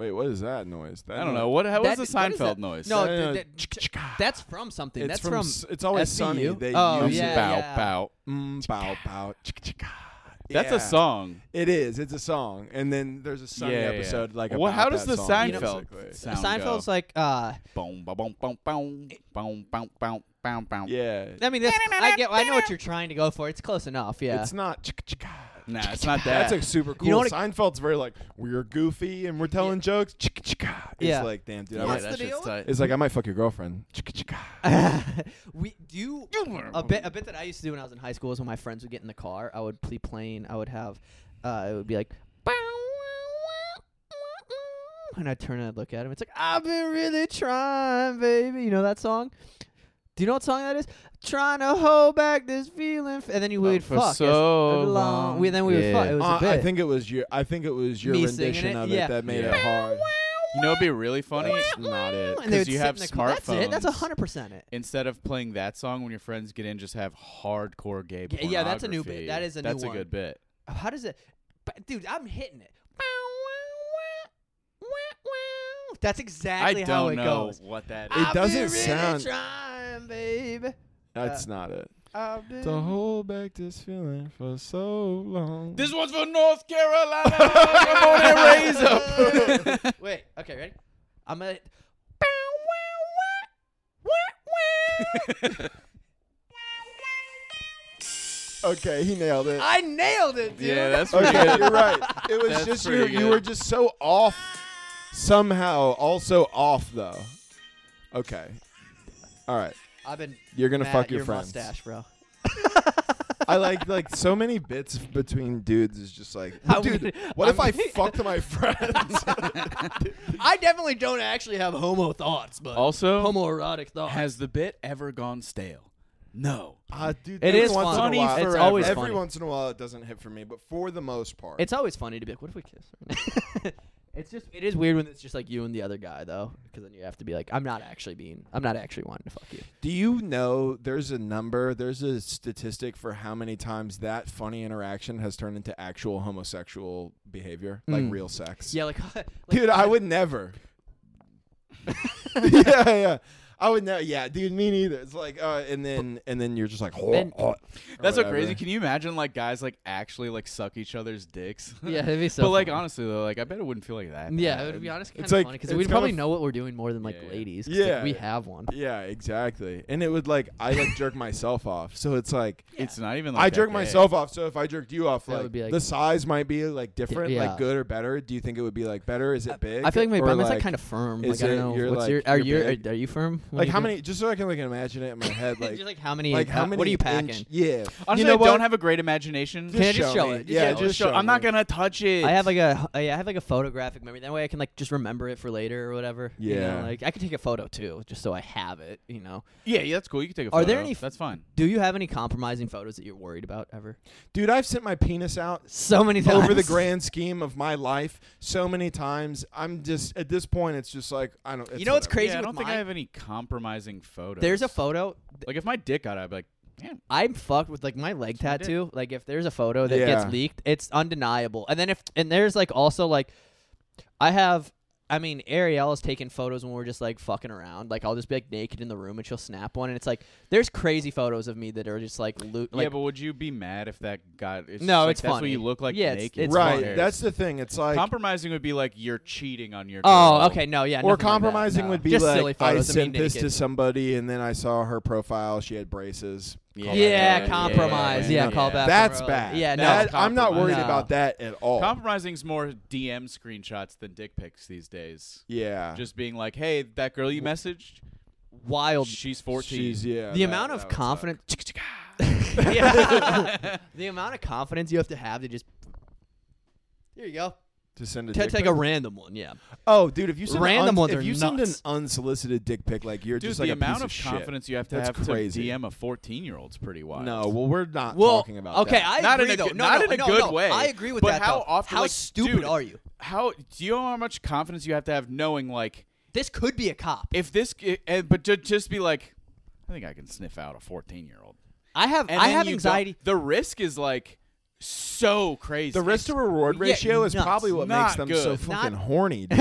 A: Wait, what is that noise? That
C: I don't know
A: noise-
C: what. How was
B: That-
C: the
B: what is
C: Seinfeld
B: that?
C: noise?
B: No,
A: No, no,
B: th- that- that's from something.
A: It's
B: that's
A: from,
B: from.
A: s- It's always sunny.
B: SCU?
A: They
B: Oh,
A: use
B: yeah,
A: it.
C: bow
B: yeah.
C: bow.
A: Mm, bow bow. chick, chick, ah.
C: That's
A: Yeah.
C: a song.
A: It is. It's a song. And then there's a sunny
C: yeah, yeah.
A: episode like
C: Well,
A: about
C: how does
A: that
C: the
A: song,
C: Seinfeld
A: basically.
C: sound
B: Seinfeld's
C: go?
B: like. Uh,
C: boom ba, boom boom boom boom boom boom boom boom.
A: Yeah.
B: I mean, that's, I get. I know what you're trying to go for. It's close enough. Yeah.
A: It's not. chick, chick, ah.
C: Nah, it's not that.
A: That's like super cool.
B: You know what it-
A: Seinfeld's very like we're goofy and we're telling jokes. Chick, chick, ah. It's
B: Yeah.
A: like damn dude. I
C: yeah,
A: might,
B: What's
C: that
B: the
C: shit's
B: deal?
C: tight.
A: It's like I might fuck your girlfriend. Chicka chicka.
B: we do a bit. A bit that I used to do when I was in high school is when my friends would get in the car, I would be playing. I would have. Uh, it would be like. And I turn and I'd look at him. It's like I've been really trying, baby. You know that song. Do you know what song that is? Trying to hold back this feeling, f- and then you would
C: for
B: fuck as-
C: so
B: uh,
C: long.
B: We, then we would
C: Yeah.
B: fuck. It was
A: Uh,
B: a bit.
A: I think it was your. I think it was your
B: Me singing
A: rendition
B: it?
A: of
B: Yeah.
A: it that made
C: Yeah.
A: it hard.
C: You know, it'd be really funny. (laughs)
A: That's not it.
B: And they
C: 'Cause
B: would
C: you
B: sit
C: have
B: in the car. That's it. That's
C: smartphones.
B: hundred percent it.
C: Instead of playing that song when your friends get in, just have hardcore gay.
B: Yeah, yeah, that's a new bit.
C: pornography.
B: That is a new
C: That's
B: one.
C: a good bit.
B: How does it, but, dude? I'm hitting it. That's exactly
C: I don't
B: how it
C: know
B: goes.
C: what that
A: It
C: is.
B: I've been
A: doesn't
B: really
A: sound-
B: Trying, babe.
A: That's not it.
B: I've been-
A: To
B: (laughs)
A: hold back this feeling for so long.
C: This one's for North Carolina. Come
A: (laughs)
C: on and raise up.
B: Wait. Okay. Ready? I'm gonna. (laughs)
A: okay, he nailed it.
B: I nailed it, dude.
C: yeah, that's pretty
A: Okay,
C: good.
A: you're right. It was
C: That's
A: just you.
C: pretty
A: You
C: good.
A: were just so off. Somehow, also off though. Okay. All right.
B: (laughs) I've been.
A: You're gonna
B: mad
A: fuck
B: at
A: your
B: your
A: friends.
B: mustache, bro.
A: I like like so many bits between dudes is just like,
B: I'm
A: dude.
B: gonna-
A: what if
B: I'm
A: I
B: gonna-
A: fucked my friends? (laughs)
B: I definitely don't actually have homo thoughts, but
C: Also,
B: homoerotic thoughts.
C: Has the bit ever gone stale? No.
A: Ah, dude,
B: It
A: every
B: is
A: once
B: funny.
A: In a while,
B: It's always
A: every
B: funny.
A: once in a while it doesn't hit for me, but for the most part,
B: It's always funny to be like, what if we kiss? (laughs) it's just, it is weird when it's just like you and the other guy though, because then you have to be like, I'm not actually being, I'm not actually wanting to fuck you.
A: Do you know there's a number, there's a statistic for how many times that funny interaction has turned into actual homosexual behavior, like
B: Mm.
A: real sex?
B: Yeah, like, (laughs) like
A: Dude, I would
B: (laughs)
A: never. (laughs) yeah, yeah. I would never. Yeah, dude, me neither. It's like, uh, and then and then you're just like,
B: Then-
A: or
C: That's so
A: whatever.
C: crazy. Can you imagine like guys like actually like suck each other's dicks?
B: (laughs) Yeah, that'd be so.
C: but like
B: funny.
C: honestly though, like I bet it wouldn't feel like that.
B: yeah, it
C: bad.
B: would be honestly kind
A: It's
B: of
A: like-
B: funny
A: it's
B: because we'd
A: kinda
B: probably
A: f-
B: know what we're doing more than like
C: Yeah, yeah.
B: ladies. 'cause, like,
A: Yeah.
B: we have one.
A: (laughs) Yeah, exactly. And it would like I like jerk myself off, so it's like.
C: It's not even. like
A: I
C: that
A: jerk
C: gay.
A: myself off, so if I jerked you off,
B: That
A: like,
B: would be like-
A: the size might be like different,
B: yeah.
A: like good or better. Do you think it would be like better? Is it big?
B: I feel like my
A: Or,
B: bum is
A: like-
B: like kind of firm. Like
A: is
B: I don't
A: it-
B: know.
A: you're,
B: What's
A: like,
B: your? Are you
A: you're
B: are,
A: big?
B: are you firm? when
A: like
B: you
A: how
B: do-
A: many? Just so I can like imagine it in
B: (laughs)
A: my head, like
B: just like how many?
A: like how many?
B: What are you
A: inch-
B: packing?
A: yeah,
C: Honestly,
A: you know
C: I
A: what?
C: don't have a great imagination.
B: Can I just show
A: me.
B: it? Just
A: Yeah,
B: show
A: just
B: it.
A: show.
C: I'm not
A: me.
C: gonna touch it.
B: I have like a I have like a photographic memory. That way I can like just remember it for later or whatever. you know,
A: Yeah.
B: like I could take a photo too, just so I have it. You know.
C: Yeah, yeah, that's cool. You can take a. Photo.
B: Are there any f-
C: That's fine.
B: Do you have any compromising photos that you're worried about ever?
A: Dude, I've sent my penis
B: (laughs)
A: out
B: So many times
A: over the grand scheme of my life so many times. I'm just at this point, it's just like I don't. It's
B: You know what's
A: whatever.
B: crazy
C: Yeah, I
B: with
C: don't think I
B: mine?
C: have any compromising
B: (laughs)
C: photos.
B: There's a photo. th-
C: Like if my dick got out, I'd be like, man,
B: I'm fucked with like my leg
C: my dick.
B: tattoo. Like if there's a photo that
A: Yeah.
B: gets leaked, it's undeniable. And then if and there's like also like I have I mean Ariel has taken photos when we're just like fucking around. Like I'll just be like naked in the room and she'll snap one and it's like there's crazy photos of me that are just like loot like
C: yeah, but would you be mad if that got? It's
B: No,
C: just like,
B: it's
C: that's
B: funny.
C: what you look like
B: Yeah, it's-
C: naked.
B: it's
A: right.
B: fine.
A: That's the thing. It's like.
C: compromising would be like you're cheating on your.
B: Oh,
C: girl.
B: okay, no, yeah.
A: or
B: nothing like that,
A: compromising
B: no.
A: would be
B: just
A: like
B: silly
A: I
B: photos of me
A: sent this to
B: naked.
A: somebody and then I saw her profile. She had braces.
C: Yeah,
A: Call
B: Yeah,
A: back.
B: compromise.
A: You
B: Yeah,
A: know,
B: call back.
A: That's
B: early.
A: bad.
B: Yeah, no,
A: That- I'm not worried
B: compromise. No.
A: about that at all.
C: Compromising's more DM screenshots than dick pics these days.
A: yeah,
C: Just being like, hey, that girl you messaged,
B: wild
C: she's 14.
A: She's- yeah.
B: the
A: that-
B: amount
A: that
B: of
A: would suck.
C: (laughs)
B: confidence Yeah. (laughs) the amount of confidence you have to have to just here you go
A: to send a
B: T-
A: dick
B: take
A: pic?
B: a random one yeah
A: Oh, dude, if you send
B: Random
A: an uns-
B: ones
A: if
B: are
A: you send an
B: nuts.
A: unsolicited dick pic, like you're
C: Dude,
A: just
C: the
A: like a
C: amount
A: piece
C: of, confidence you have to
A: That's
C: have
A: crazy.
C: to DM a 14 year old's pretty wild.
A: No, well, we're not
B: well
A: talking about
B: okay
A: that.
B: I
C: Not in
B: agree
C: a
B: though
C: good-
B: no
C: not
B: no,
C: in a
B: no,
C: good
B: no.
C: way.
B: I agree with
C: But
B: that
C: how
B: though.
C: often,
B: how
C: like,
B: stupid
C: dude-
B: are you
C: How do you know how much confidence you have to have knowing like
B: this could be a cop
C: if this, eh, eh, but ju- just be like, I think I can sniff out a 14 year old.
B: I have
C: And
B: I
C: then
B: have
C: you don't-
B: anxiety
C: The risk is like so crazy.
A: the risk to reward
B: yeah,
A: ratio is
B: nuts.
A: probably what makes
C: Not
A: them
C: good.
A: so
C: Not-
A: fucking horny, dude.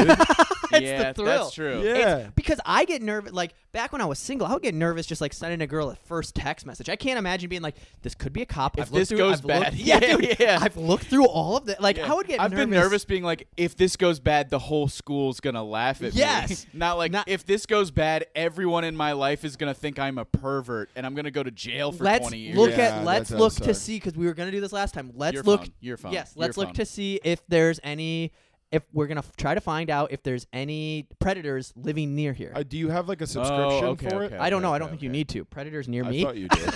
C: yeah,
B: the thrill.
C: that's true.
B: It's-
A: yeah.
B: because I get nervous. Like back when I was single, I would get nervous just like sending a girl a first text message. I can't imagine being like, "This could be a cop." I've looked
C: this
B: through,
C: goes
B: I've
C: bad. (laughs)
B: looked, yeah,
C: Yeah,
B: dude,
C: yeah.
B: I've looked through all of that. Like
C: Yeah.
B: I would get.
C: I've
B: nervous.
C: been nervous being like, if this goes bad, the whole school's gonna laugh at
B: Yes.
C: me. (laughs) Not like
B: Not-
C: if this goes bad, everyone in my life is gonna think I'm a pervert and I'm gonna go to jail for
B: let's
C: 20 years.
B: look
A: Yeah, that
B: at. Let's
A: does
B: look
A: suck.
B: to see because we were gonna do this last time. Let's
C: Your
B: look.
C: phone, your phone,
B: Yes,
C: your
B: let's look
C: phone.
B: to see if there's any. If we're gonna f- try to find out if there's any predators living near here.
A: Uh, do you have like a subscription
C: okay,
A: for
C: okay.
A: it?
B: I don't know.
C: okay,
B: I don't think you
C: okay.
B: need to. Predators near
A: I
B: me.
A: thought you did.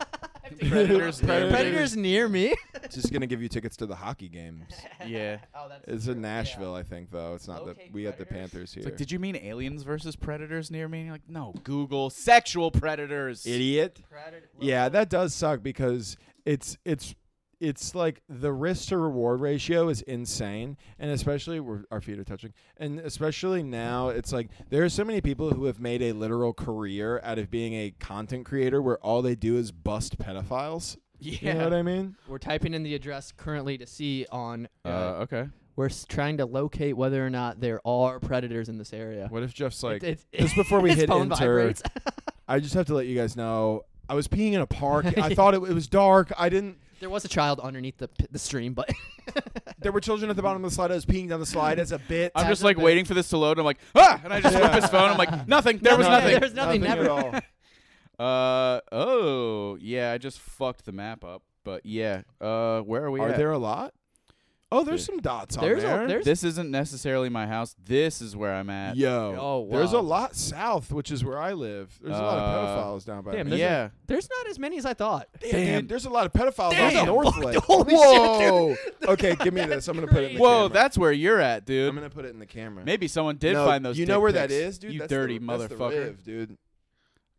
A: (laughs)
C: Predators,
A: Predators.
B: predators
A: (laughs)
B: near me. (laughs)
A: Just gonna give you tickets to the hockey games.
C: Yeah.
B: oh, that's.
A: It's in Nashville, I think, though. It's not
B: Okay,
A: that we got the
B: Predators.
A: Panthers here.
C: It's like, did you mean aliens versus predators near me? And you're like, no, Google sexual predators.
A: idiot?
B: Predator-
A: Yeah, that does suck because it's it's it's like the risk to reward ratio is insane, and especially we our feet are touching, and especially now it's like there are so many people who have made a literal career out of being a content creator where all they do is bust pedophiles.
C: Yeah.
A: You know what I mean?
B: We're typing in the address currently to see on. Uh,
C: Uh, okay.
B: we're s- trying to locate whether or not there are predators in this area.
A: What if Jeff's like,
B: It's-
A: just before we
B: (laughs) his
A: hit
B: phone
A: enter,
B: vibrates.
A: I just have to let you guys know I was peeing in a
B: (laughs)
A: park. I thought it, it was dark. I didn't.
B: there was a child underneath the p- the stream, but (laughs)
A: There were children at the bottom of the slide. I was peeing down the slide as a
B: (laughs)
A: bit.
C: I'm
B: Tabs
C: just
B: are
C: like
B: big.
C: waiting for this to load. I'm like, ah, and I just whip his phone. I'm (laughs) like, nothing. There was
B: Nothing.
C: nothing.
B: There was nothing,
A: Nothing
B: never.
A: at all.
C: Uh oh, yeah. I just fucked the map up. But yeah. Uh, where are we?
A: Are
C: at?
A: there a lot? Oh, there's some dots on
B: There's a-
A: there.
B: there's-
C: This isn't necessarily my house. This is where I'm at.
A: Yo,
B: Oh,
A: there's
B: wow.
A: a lot south, which is where I live. There's a lot
C: Uh,
A: of pedophiles down by
B: damn,
A: me.
B: there's a-
C: Yeah.
B: there's not as many as I thought.
A: Damn, dude, there's a lot of pedophiles
B: Damn.
A: on North
B: Fuck,
A: Lake.
B: holy
A: Whoa. okay, give me this. I'm gonna put it. in the
C: Whoa,
A: camera.
C: that's where you're at,
A: I'm
C: dude.
A: gonna put it in the camera.
C: Maybe someone did
A: No,
C: find those.
A: You know
C: dick
A: where that
C: pics.
A: is, dude?
C: You
A: That's the-
C: dirty
A: that's the
C: motherfucker.
A: riv, dude.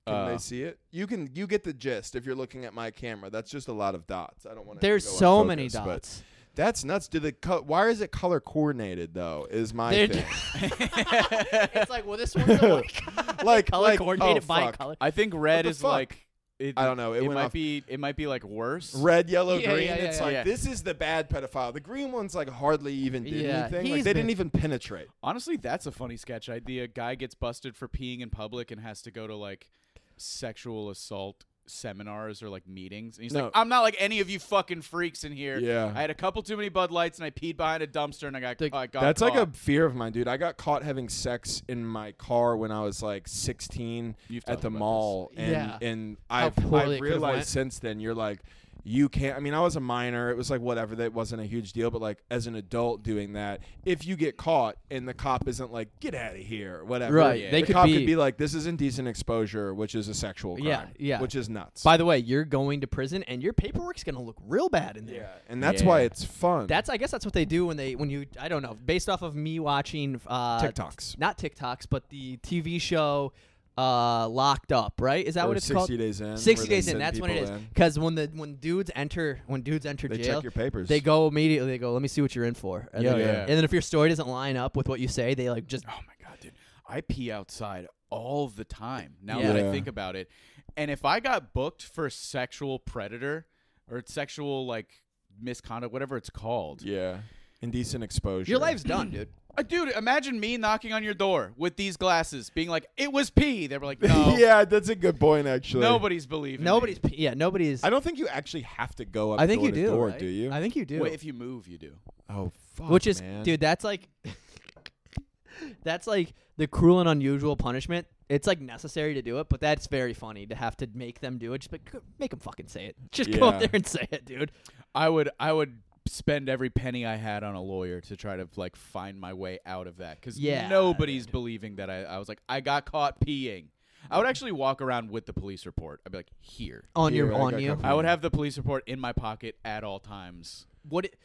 A: Can
C: Uh,
A: they see it? You can. You get the gist if you're looking at my camera. That's just a lot of dots. I don't want to.
B: There's
A: go
B: so
A: out of
B: many
A: focus, but (laughs)
B: dots.
A: That's nuts. Do the co- why is it color coordinated though? Is my
B: They're-
A: thing.
C: (laughs)
B: it's like, well, this
A: (laughs)
B: one's the one (laughs)
A: Like-
B: color
A: like,
B: coordinated
A: oh,
B: by
A: fuck.
B: color.
C: I think red
A: the
C: is
A: fuck?
C: like. It,
A: I don't know, it went
C: might
A: off-
C: be. It might be like worse.
A: red, yellow,
B: Yeah,
A: green.
B: yeah, yeah,
A: it's
B: yeah.
A: like
C: Yeah.
A: this is the bad pedophile. The green one's like hardly even did
B: Yeah,
A: anything.
B: he's
A: Like they didn't even
B: been-
A: penetrate.
C: Honestly, that's a funny sketch idea. Guy gets busted for peeing in public and has to go to like sexual assault seminars or like meetings. And he's
A: No.
C: like, I'm not like any of you fucking freaks in here.
A: Yeah.
C: I had a couple too many Bud Lights and I peed behind a dumpster and I got,
B: The-
C: I got
A: That's like
C: caught."
A: a fear of mine, dude. I got caught having sex in my car when I was like 16
C: You've
A: at
C: talked
A: the
C: about
A: mall,
B: this.
A: and
B: Yeah.
A: and I've,
B: poorly it
A: I've
B: could've went.
A: realized since then you're like. You can't. I mean, I was a minor. It was like whatever. That wasn't a huge deal. But like, as an adult doing that, if you get caught and the cop isn't like, "Get out of here," or whatever.
B: Right, they
A: the
B: could
A: cop
B: be-
A: could be like, "This is indecent exposure, which is a sexual crime."
B: Yeah, yeah.
A: Which is nuts.
B: By the way, you're going to prison, and your paperwork's gonna look real bad in there.
A: Yeah, and that's why
C: Yeah.
A: it's fun.
B: That's I guess that's what they do when they when you I don't know based off of me watching uh,
A: TikToks.
B: not TikToks but the TV show uh, Locked Up right is that
A: Or
B: what it's
A: 60
B: called
A: days in,
B: sixty
A: where they
B: days in
A: send
B: that's when it
A: people
B: is
A: in.
B: because when the when dudes enter when dudes enter
A: They check
B: jail
A: your papers.
B: they go immediately they go let me see what you're in for and,
C: Yeah,
B: then,
C: yeah.
B: and then if your story doesn't line up with what you say they like just
C: Oh my god, dude! I pee outside all the time. Now
B: Yeah.
C: that I
A: Yeah.
C: think about it, and if I got booked for sexual predator or sexual like misconduct, whatever it's called,
A: yeah, indecent exposure.
B: your life's done dude
C: Uh, dude, imagine me knocking on your door with these glasses, being like, "It was pee." They
B: (laughs)
C: were (laughs) like, "No,
A: yeah, that's a good point actually.
C: nobody's
B: (clears throat)
C: believing."
B: nobody's
C: Me.
B: p- yeah nobody's
A: I don't think you actually have to go up.
B: I think
A: door
B: you
A: to
B: do
A: Door,
B: right?
A: Do you?
B: I think you do
C: Wait, if you move, you do.
A: oh, fuck,
B: which is
A: man.
B: dude that's like (laughs) that's like the cruel and unusual punishment it's like necessary to do it but that's very funny to have to make them do it just like, make them fucking say it (laughs) just go up
A: Yeah.
B: there and say it dude
C: I would, I would spend every penny I had on a lawyer to try to like find my way out of that because
B: Yeah,
C: nobody's believing that I, I was like, I got caught peeing. I would actually walk around with the police report. I'd be like, here.
B: on
A: Here,
B: your
A: I
B: on
A: got
B: you
A: covered.
C: I would have the police report in my pocket at all times.
B: (laughs) what it,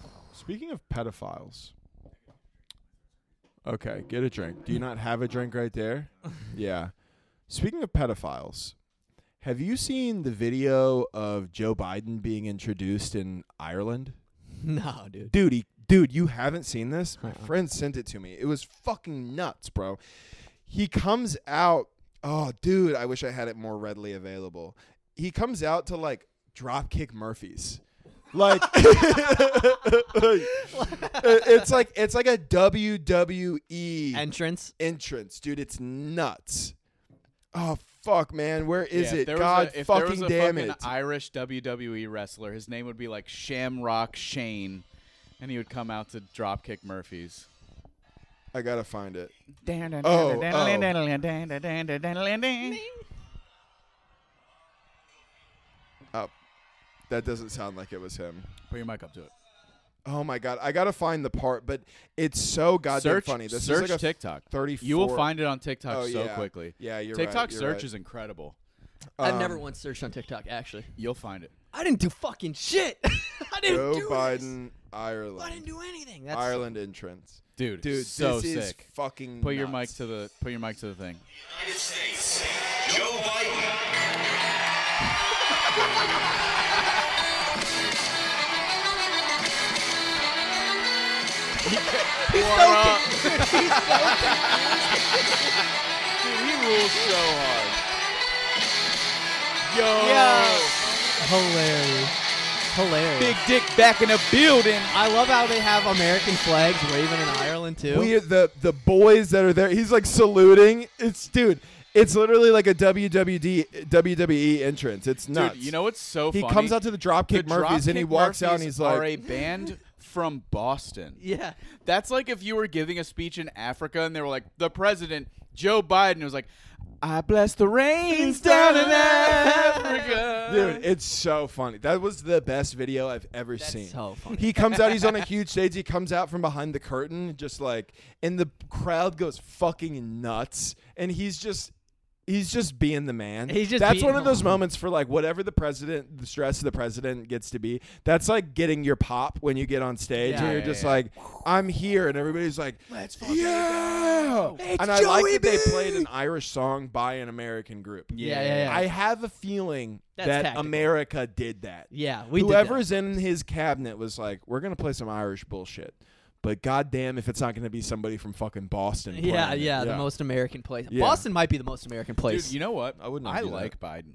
B: (laughs)
A: Speaking of pedophiles. Okay, get a drink. Do you not have a drink right
B: (laughs)
A: there? yeah. Speaking of pedophiles, have you seen the video of Joe Biden being introduced in Ireland?
B: no dude
A: dude, he, dude, you haven't seen this? My
C: Uh-uh.
A: friend sent it to me. It was fucking nuts, bro. He comes out. Oh, dude, I wish I had it more readily available. He comes out to like dropkick Murphys. Like (laughs) it's like it's like a WWE
B: entrance
A: entrance, dude. It's nuts. Oh fuck, man, where is
C: Yeah,
A: it?
C: If there
A: God
C: was a, if there was
A: fucking
C: a
A: damn
C: fucking
A: it!
C: Irish WWE wrestler. His name would be like Shamrock Shane, and he would come out to dropkick Murphys.
A: I gotta find it.
E: Oh, oh.
A: Oh, that doesn't sound like it was him.
C: Put your mic up to it.
A: Oh my god, I gotta find the part, but it's so goddamn
C: search
A: funny. This
C: search
A: is like a
C: TikTok.
A: 34
C: You will find it on TikTok
A: Oh,
C: so
A: yeah.
C: quickly.
A: Yeah, you're right,
C: TikTok
A: you're
C: search
A: right.
C: is incredible.
B: i've
A: um,
B: never once searched on tiktok actually
C: You'll find it.
B: i didn't do fucking shit (laughs) i didn't
A: Joe
B: do this.
A: Biden,
B: i didn't
A: Ireland,
B: do anything that's
A: Ireland entrance.
C: Dude,
A: Dude,
C: so
A: this is
C: sick.
A: fucking.
C: put your mic
A: nuts.
C: to the put your mic to the thing.
D: United States, Joe Biden.
B: He's so confused. He's so
C: Dude, he rules so hard. Yo,
B: hilarious. Hilarious.
C: big dick back in the building.
B: I love how they have American flags waving in Ireland too.
A: We the the boys that are there. He's like saluting. It's dude. It's literally like a WWD WWE E entrance. It's nuts.
C: Dude, you know what's so
A: he
C: funny?
A: comes out to the Dropkick
C: The
A: Murphys and he
C: Dropkick
A: walks out and
C: Murphys
A: he's like,
C: "Are a band from Boston."
B: (laughs) yeah.
C: That's like if you were giving a speech in Africa and they were like, "The president, Joe Biden," was like, "I bless the rains down in Africa."
A: Dude, it's so funny. That was the best video I've ever seen.
B: so funny.
A: He comes out, he's on
B: (laughs)
A: a huge stage. He comes out from behind the curtain, just like, and the crowd goes fucking nuts. And he's just. He's just being the man.
B: He's just
A: that's
B: being
A: one of
B: the
A: those
B: man.
A: moments for like whatever the president, the stress of the president gets to be. That's like getting your pop when you get on stage.
B: Yeah.
A: and you're
C: Yeah,
A: just
C: yeah,
A: like, I'm here, and everybody's like, Let's
C: fucking
A: yeah.
B: It's
A: And I like
B: Joey
A: that they
B: B.
A: played an Irish song by an American group.
B: Yeah, yeah, yeah.
A: I have a feeling
B: That's
A: that
B: tactical.
A: America did that.
B: yeah, we did
A: Whoever's in his cabinet was like, "We're gonna play some Irish bullshit," but goddamn, if it's not gonna be somebody from fucking Boston.
B: that. Yeah,
A: playing it.
B: yeah, the most American place.
A: Yeah.
B: Boston might be the most American place.
C: Dude, you know what?
A: I wouldn't
C: I
A: argue that.
C: like Biden.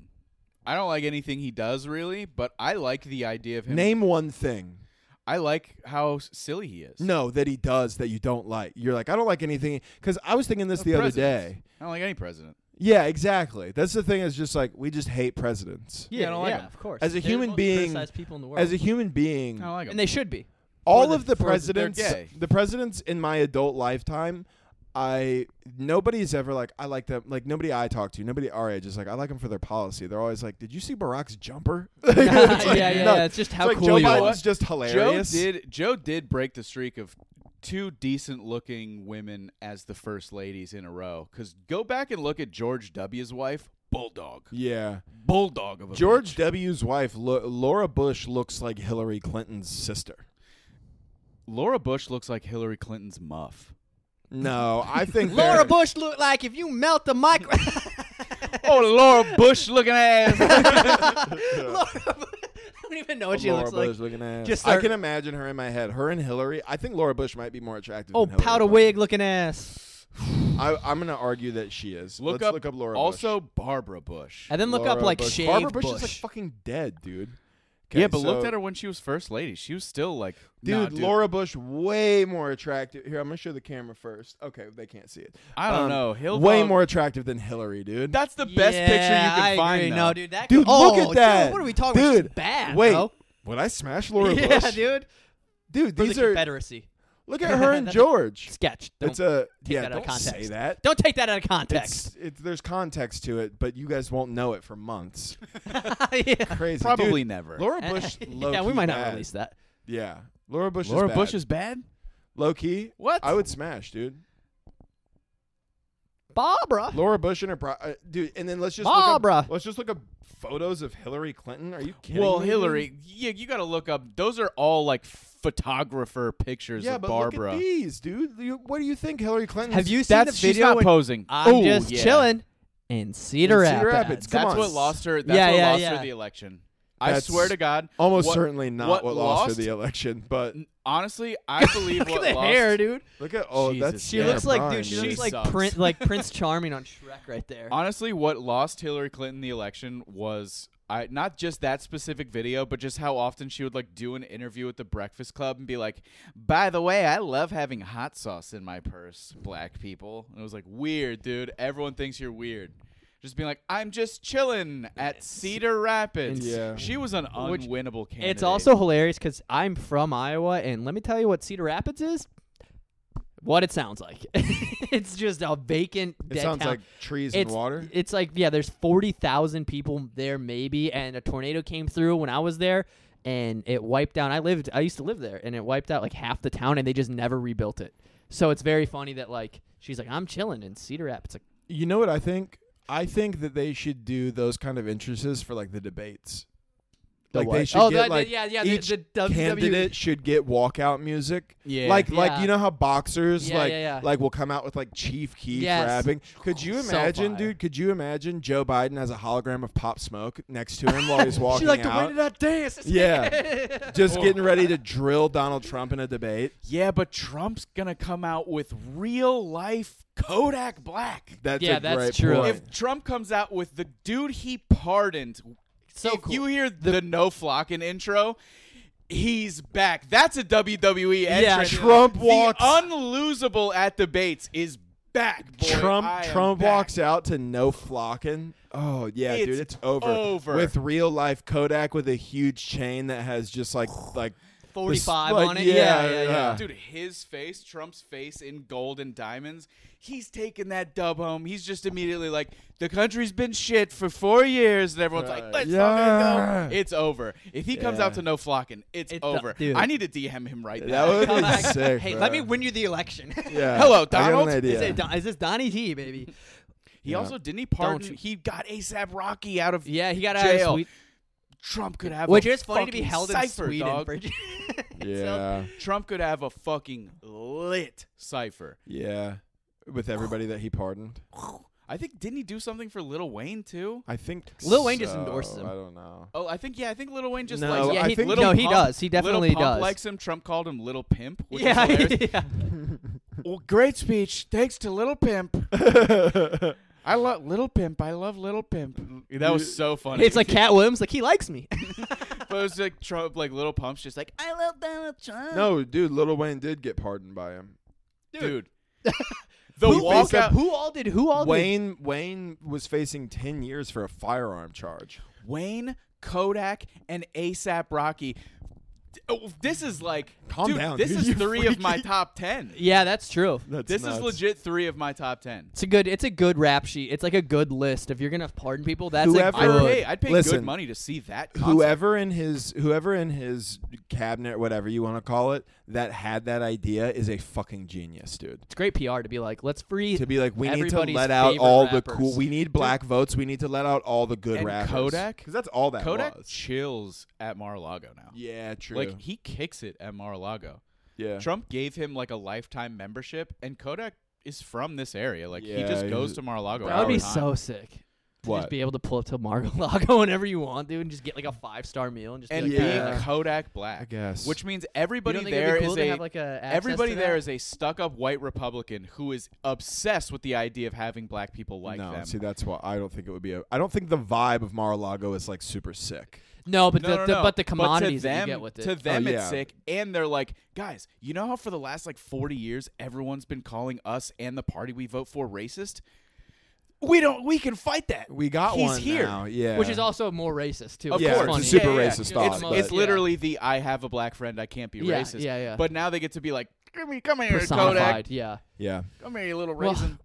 C: I don't like anything he does really, but I like the idea of him.
A: Name one thing.
C: I like how s- silly he is.
A: No, that he does that you don't like. You're like, I don't like anything because I was thinking this the, other
C: presidents.
A: day.
C: I don't like any president.
A: Yeah, exactly. That's the thing. Is just like we just hate presidents.
B: yeah,
C: I don't like
B: yeah,
C: 'em.
B: of course.
A: As a
B: They're the
A: human
B: most
A: being-
B: criticized people in the world.
A: As a human being,
C: I don't like him.
B: and they should be.
A: all
B: the-
A: of the
B: for the- they're
A: presidents
C: gay.
A: the presidents in my adult lifetime i nobody's ever like i like them like nobody i talk to nobody our age is like i like them for their policy they're always like did you see barack's jumper (laughs) It's like
B: yeah, yeah, yeah,
A: nuts.
B: It's just how
A: it's like
B: cool
A: joe
B: you
A: biden's
B: are.
A: just
C: Joe
A: hilarious
C: did. Joe did break the streak of two decent-looking women as the first ladies in a row. Because go back and look at George W.'s wife, bulldog,
A: yeah
C: bulldog of a
A: george w's wife Lo- laura bush looks like hillary clinton's sister
C: bitch. Laura Bush looks like Hillary Clinton's muff.
A: no
B: (laughs)
A: i think
B: Laura
A: they're-
B: Bush looked like if you melt the micro.
C: (laughs)
B: (laughs)
C: oh, Laura Bush looking ass.
B: Laura Bush. I don't even know what she
A: Laura
B: looks
A: Bush
B: like.
A: looking ass.
B: Just
A: I
B: her-
A: can imagine her in my head. Her and Hillary. I think Laura Bush might be more attractive.
B: Oh,
A: than Hillary
B: powder
A: Clinton.
B: wig looking ass.
A: I, I'm gonna argue that she is.
C: (laughs) look
A: Let's
C: up.
A: look up Laura.
C: also, Barbara Bush.
B: And then
A: Bush.
B: look
A: Laura
B: up like
A: Bush.
B: shaved
A: Barbara Bush, is like
B: Bush.
A: fucking dead, dude.
C: yeah, but looked
A: so-
C: at her when she was first lady. She was still like,
A: dude,
C: nah, dude
A: Laura Bush way more attractive. Here, I'm gonna show the camera first. Okay, they can't see it.
C: I don't know. Hill
A: way
C: dog-
A: more attractive than Hillary, dude.
C: That's the best picture you
B: Yeah,
C: can
B: I
C: find.
B: Agree.
C: though.
B: No, dude, that
A: dude,
B: oh,
A: look at that.
B: Dude, what are we talking about?
A: dude,
B: She's bad.
A: Wait, (laughs)
B: bro.
A: would I smash Laura
B: (laughs) yeah,
A: Bush?
B: dude.
A: Dude,
B: For
A: these
B: the
A: are
B: Confederacy
A: (laughs) look
B: (laughs)
A: at her and
B: That's-
A: George.
B: sketch. Don't,
A: It's a
B: take
A: yeah.
B: that out
A: Don't
B: of
A: say
B: context.
A: that.
B: don't take that out of context.
A: (laughs)
B: (laughs)
A: It's, it's there's context to it, but you guys won't know it for
B: (laughs)
A: months.
B: yeah.
A: Crazy,
C: Probably
A: dude,
C: never.
A: Laura Bush.
B: (laughs) yeah, we
A: low-key
B: might
A: bad.
B: not release that.
A: Yeah, Laura Bush.
C: Laura
A: is
C: Bush
A: bad.
C: is bad.
A: Low key.
C: What?
A: I would smash, dude.
B: Barbara.
A: Laura Bush and her bro- uh, dude, and then let's just Look
B: Barbara.
A: up, let's just look up photos of Hillary Clinton. Are you kidding?
C: Well,
A: me,
C: Hillary, yeah, you got to look up. Those are all like photographer
A: dude?
C: pictures
A: Yeah,
C: of
A: but
C: Barbara.
A: look at these, dude. You, what do you think, Hillary Clinton?
B: Have you seen
C: That's
B: the
C: she's
B: video?
C: not
B: when
C: posing.
B: I'm
C: Ooh,
B: just
C: yeah.
B: chilling in Cedar,
A: Oh, In Cedar Rapids. Come
C: That's
A: on.
C: what lost her. That's
B: Yeah,
C: what
B: yeah,
C: lost
B: yeah.
C: her the election.
A: That's
C: I swear to God,
A: Almost
C: what-
A: certainly not what,
C: what
A: lost her
C: lost-
A: the election, but
C: Honestly,
A: (laughs)
C: I
B: (laughs)
C: believe
B: Look
C: what
B: at the
C: lost.
B: hair, dude.
A: look at oh,
C: Jesus,
A: that's
B: She
C: Yeah,
B: looks like,
A: Brian,
B: dude, she
C: dude.
B: looks
C: She
B: like
C: sucks.
B: Prin-
C: (laughs)
B: like Prince Charming on Shrek right there.
C: Honestly, what lost Hillary Clinton the election was I not just that specific video, but just how often she would like do an interview at the Breakfast Club and be like, "By the way, I love having hot sauce in my purse, black people." And it was like, "Weird, dude. Everyone thinks you're weird." Just being like, "I'm just chilling at Cedar Rapids."
A: Yeah.
C: She was an
B: Which-
C: unwinnable candidate.
B: It's also hilarious because I'm from Iowa, and let me tell you what Cedar Rapids is. What it sounds like. (laughs) it's just a vacant.
A: It
B: dead
A: sounds
B: town.
A: like trees
B: it's,
A: and water.
B: It's like yeah, there's forty thousand people there maybe, and a tornado came through when I was there, and it wiped down. I lived, I used to live there, and it wiped out like half the town, and they just never rebuilt it. So it's very funny that like she's like, I'm chilling in Cedar Rapids. Like, (laughs)
A: You know what I think? I think that they should do those kind of entrances for like the debates.
B: The
A: like they
B: what?
A: should
B: Oh,
A: get
B: the-
A: like
B: yeah, yeah, the-
A: each
B: the WWE.
A: candidate should get walkout music.
C: Yeah.
A: like like
B: Yeah.
A: you know how boxers
B: Yeah,
A: like
B: yeah, yeah.
A: like will come out with like Chief Keef
B: Yes.
A: rapping. Could you
B: So
A: imagine,
B: fire.
A: dude? Could you imagine Joe Biden has a hologram of Pop Smoke next to him while
B: (laughs)
A: he's walking
B: she like the way
A: out,
B: did I dance?
A: Yeah.
B: (laughs)
A: just getting ready to drill Donald Trump in a debate?
C: Yeah, but Trump's gonna come out with real life Kodak Black.
A: That's
B: Yeah,
A: a
B: that's
A: great
B: true.
A: point.
C: If Trump comes out with the dude he pardoned,
B: So
C: if
B: cool.
C: you hear the, no flocking intro, he's back. That's a WWE
B: Yeah,
C: entrance.
A: Trump
C: the
A: walks-
C: unlosable at debates is back. Boy,
A: Trump
C: I am
A: Trump
C: back.
A: walks out to no flocking. Oh yeah, dude,
C: It's
A: it's over.
C: over.
A: With real life Kodak with a huge chain that has just like like
B: forty five
A: like,
B: on it.
A: yeah,
B: yeah, yeah.
A: yeah.
C: Dude, his face, Trump's face in gold and diamonds, he's taking that dub home. He's just immediately like, the country's been shit for four years, and everyone's like, let's
A: Yeah.
C: fucking go. It's over. If he comes out
A: Yeah.
C: to no flocking, it's
B: It's-
C: over.
B: dude.
C: I need to DM him right
A: that
C: now.
A: would
B: Come
A: be
B: back.
A: sick.
B: hey,
A: bro.
B: let me win you the election.
A: Yeah.
C: Hello,
A: I got an
C: Donald.
A: idea.
B: Is, it Don- is this Donnie T, baby?
C: (laughs) he
A: Yeah.
C: also didn't he pardon?
B: you-
C: He got ASAP Rocky out of
B: Yeah, he got out of
C: jail.
B: Sweden.
C: Trump could have
B: Which
C: a
B: is funny to be
C: fucking
B: held in
C: cipher,
B: Sweden.
C: dog. (laughs)
B: For, (laughs) it
A: yeah,
B: sounds-
C: Trump could have a fucking lit cipher.
A: yeah. With everybody that he pardoned,
C: I think didn't he do something for Lil Wayne too?
A: I think
B: Lil Wayne just
A: so.
B: endorses him.
A: I don't know.
C: Oh, I think yeah, I think Little Wayne just
A: No,
C: likes.
A: Yeah, I he- think-
C: Little
A: no,
B: he
C: Pump-
B: does. He definitely
C: Little Pump
B: does.
C: Likes him. Trump called him Little Pimp. Which
B: yeah,
C: Is
B: (laughs)
C: hilarious.
B: yeah.
C: well, great speech. Thanks to Little Pimp. I love Little Pimp. I love Little Pimp. That was so funny.
B: It's
C: (laughs)
B: like Cat Williams, like he likes me.
C: but it was like Trump, like Little Pump's just like, I love Donald
A: (laughs)
C: Trump.
A: no, dude, Lil Wayne did get pardoned by him.
C: dude.
B: (laughs)
C: the
B: who, all-
C: walkout.
B: who all did? Who all
A: Wayne Wayne was facing ten years for a firearm charge.
C: Wayne Kodak and ASAP Rocky. D- oh, This is like,
A: Calm
C: dude,
A: down,
C: This
A: dude,
C: is
A: you
C: three of my
A: freaky-
C: top ten.
B: did? Yeah, that's true.
A: That's
C: This
A: nuts.
C: is legit three of my top ten.
B: It's a good. It's a good rap sheet. It's like a good list. If you're gonna pardon people, that's
A: Whoever-
B: a
C: I'd
B: good.
C: pay, I'd pay good
A: Listen,
C: money to see that. Concert.
A: whoever in his whoever in his cabinet whatever you want to call it that had that idea is a fucking genius dude
B: it's great PR to be like, let's free
A: to be like we need to
B: everybody's
A: let out
B: favorite
A: all the
B: rappers.
A: cool we need black votes we need to let out all the good
C: And
A: rappers
C: Kodak?
A: because that's all that
C: Kodak
A: was
C: chills at Mar-a-Lago now.
A: yeah true
C: Like he kicks it at Mar-a-Lago.
A: yeah
C: Trump gave him like a lifetime membership, and Kodak is from this area. Like he
A: Yeah,
C: just
A: he's-
C: goes to Mar-a-Lago.
A: That
B: That would
C: all
B: be
C: the time.
B: so sick. To
A: What?
B: Just be able to pull up to Margo Lago (laughs) whenever you want, dude, and just get like a five star meal and just
C: And
B: be
A: Yeah.
B: like, "Hey,
C: being
B: like,
C: Kodak Black,
A: I guess.
C: which means
B: you
C: everybody
B: don't think it'd
C: there
B: be
C: is
B: cool to
C: a
B: have like a
C: everybody
B: there
C: there
B: is
C: is a stuck-up white Republican who is obsessed with the idea of having black people like
A: no
C: them.
A: see that's why i don't think it would be a i don't think the vibe of mar-a-lago is like super sick
B: no, but
C: No,
B: the,
C: no,
B: the-
C: no.
B: but the
C: to
B: commodities
C: them,
B: that you get with it.
C: To them,
A: Oh,
C: it's
A: yeah.
C: sick, and they're like, guys, you know how for the last like forty years, everyone's been calling us and the party we vote for racist. We don't. We can fight that.
A: we got
C: He's
A: one
C: here.
A: now yeah
B: which is also more racist too.
C: Of
A: Yeah,
B: It's
A: it's
C: course,
A: a
B: funny.
A: super
C: yeah, yeah.
A: racist
C: It's,
A: thought,
C: it's
A: but-
C: literally the I have a black friend, I can't be
B: Yeah,
C: racist.
B: yeah, yeah.
C: But now they get to be like, come here, come here, Kodak,
B: personified. Yeah,
A: yeah
C: come here, you little
B: Well,
C: raisin.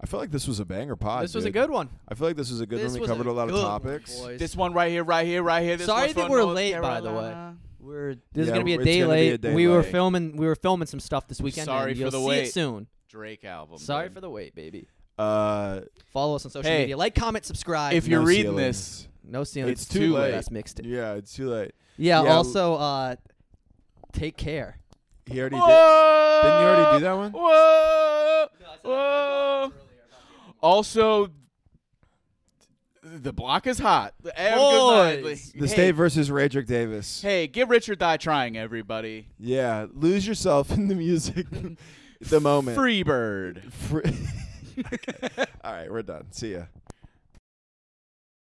A: i feel like this was a banger pod
B: this was a
A: Ah, dude.
B: good one.
A: i feel like this was a good
B: this
A: one we
B: was
A: covered a lot of
B: good one,
A: topics
B: boys.
C: this one right here, right here, right here. This
B: Sorry
C: one's
B: that
C: from
B: we're
C: North
B: late, by the way.
C: Carolina.
B: We're this
A: Yeah,
B: is gonna be a
A: it's
B: day
A: gonna be
B: late.
A: a day
B: we were
A: late.
B: filming. We were filming some stuff this weekend.
C: Sorry
B: and
C: for
B: you'll
C: the
B: see
C: wait. Oh,
B: It soon.
C: Drake album.
B: Sorry
C: dude.
B: for the wait, baby.
A: uh
B: Follow us on social
C: Hey,
B: media. Like, comment, subscribe.
C: if you're
A: no
C: reading
A: ceilings.
C: this,
B: no ceiling,
A: it's too late.
B: That's mixed it.
A: yeah it's too late
B: Yeah.
A: Yeah,
B: also, uh, take care.
A: he already did
C: Whoa!
A: Didn't you already do that one?
C: Whoa! Whoa! Also, the block is hot. Have a
B: Boys.
C: good night.
A: The
C: hey,
A: State versus Radrick Davis.
C: Hey, give Richard Die trying, everybody.
A: Yeah, lose yourself in the
C: (laughs)
A: music, the moment.
C: Freebird.
A: (laughs) Free- All right, we're done. See ya.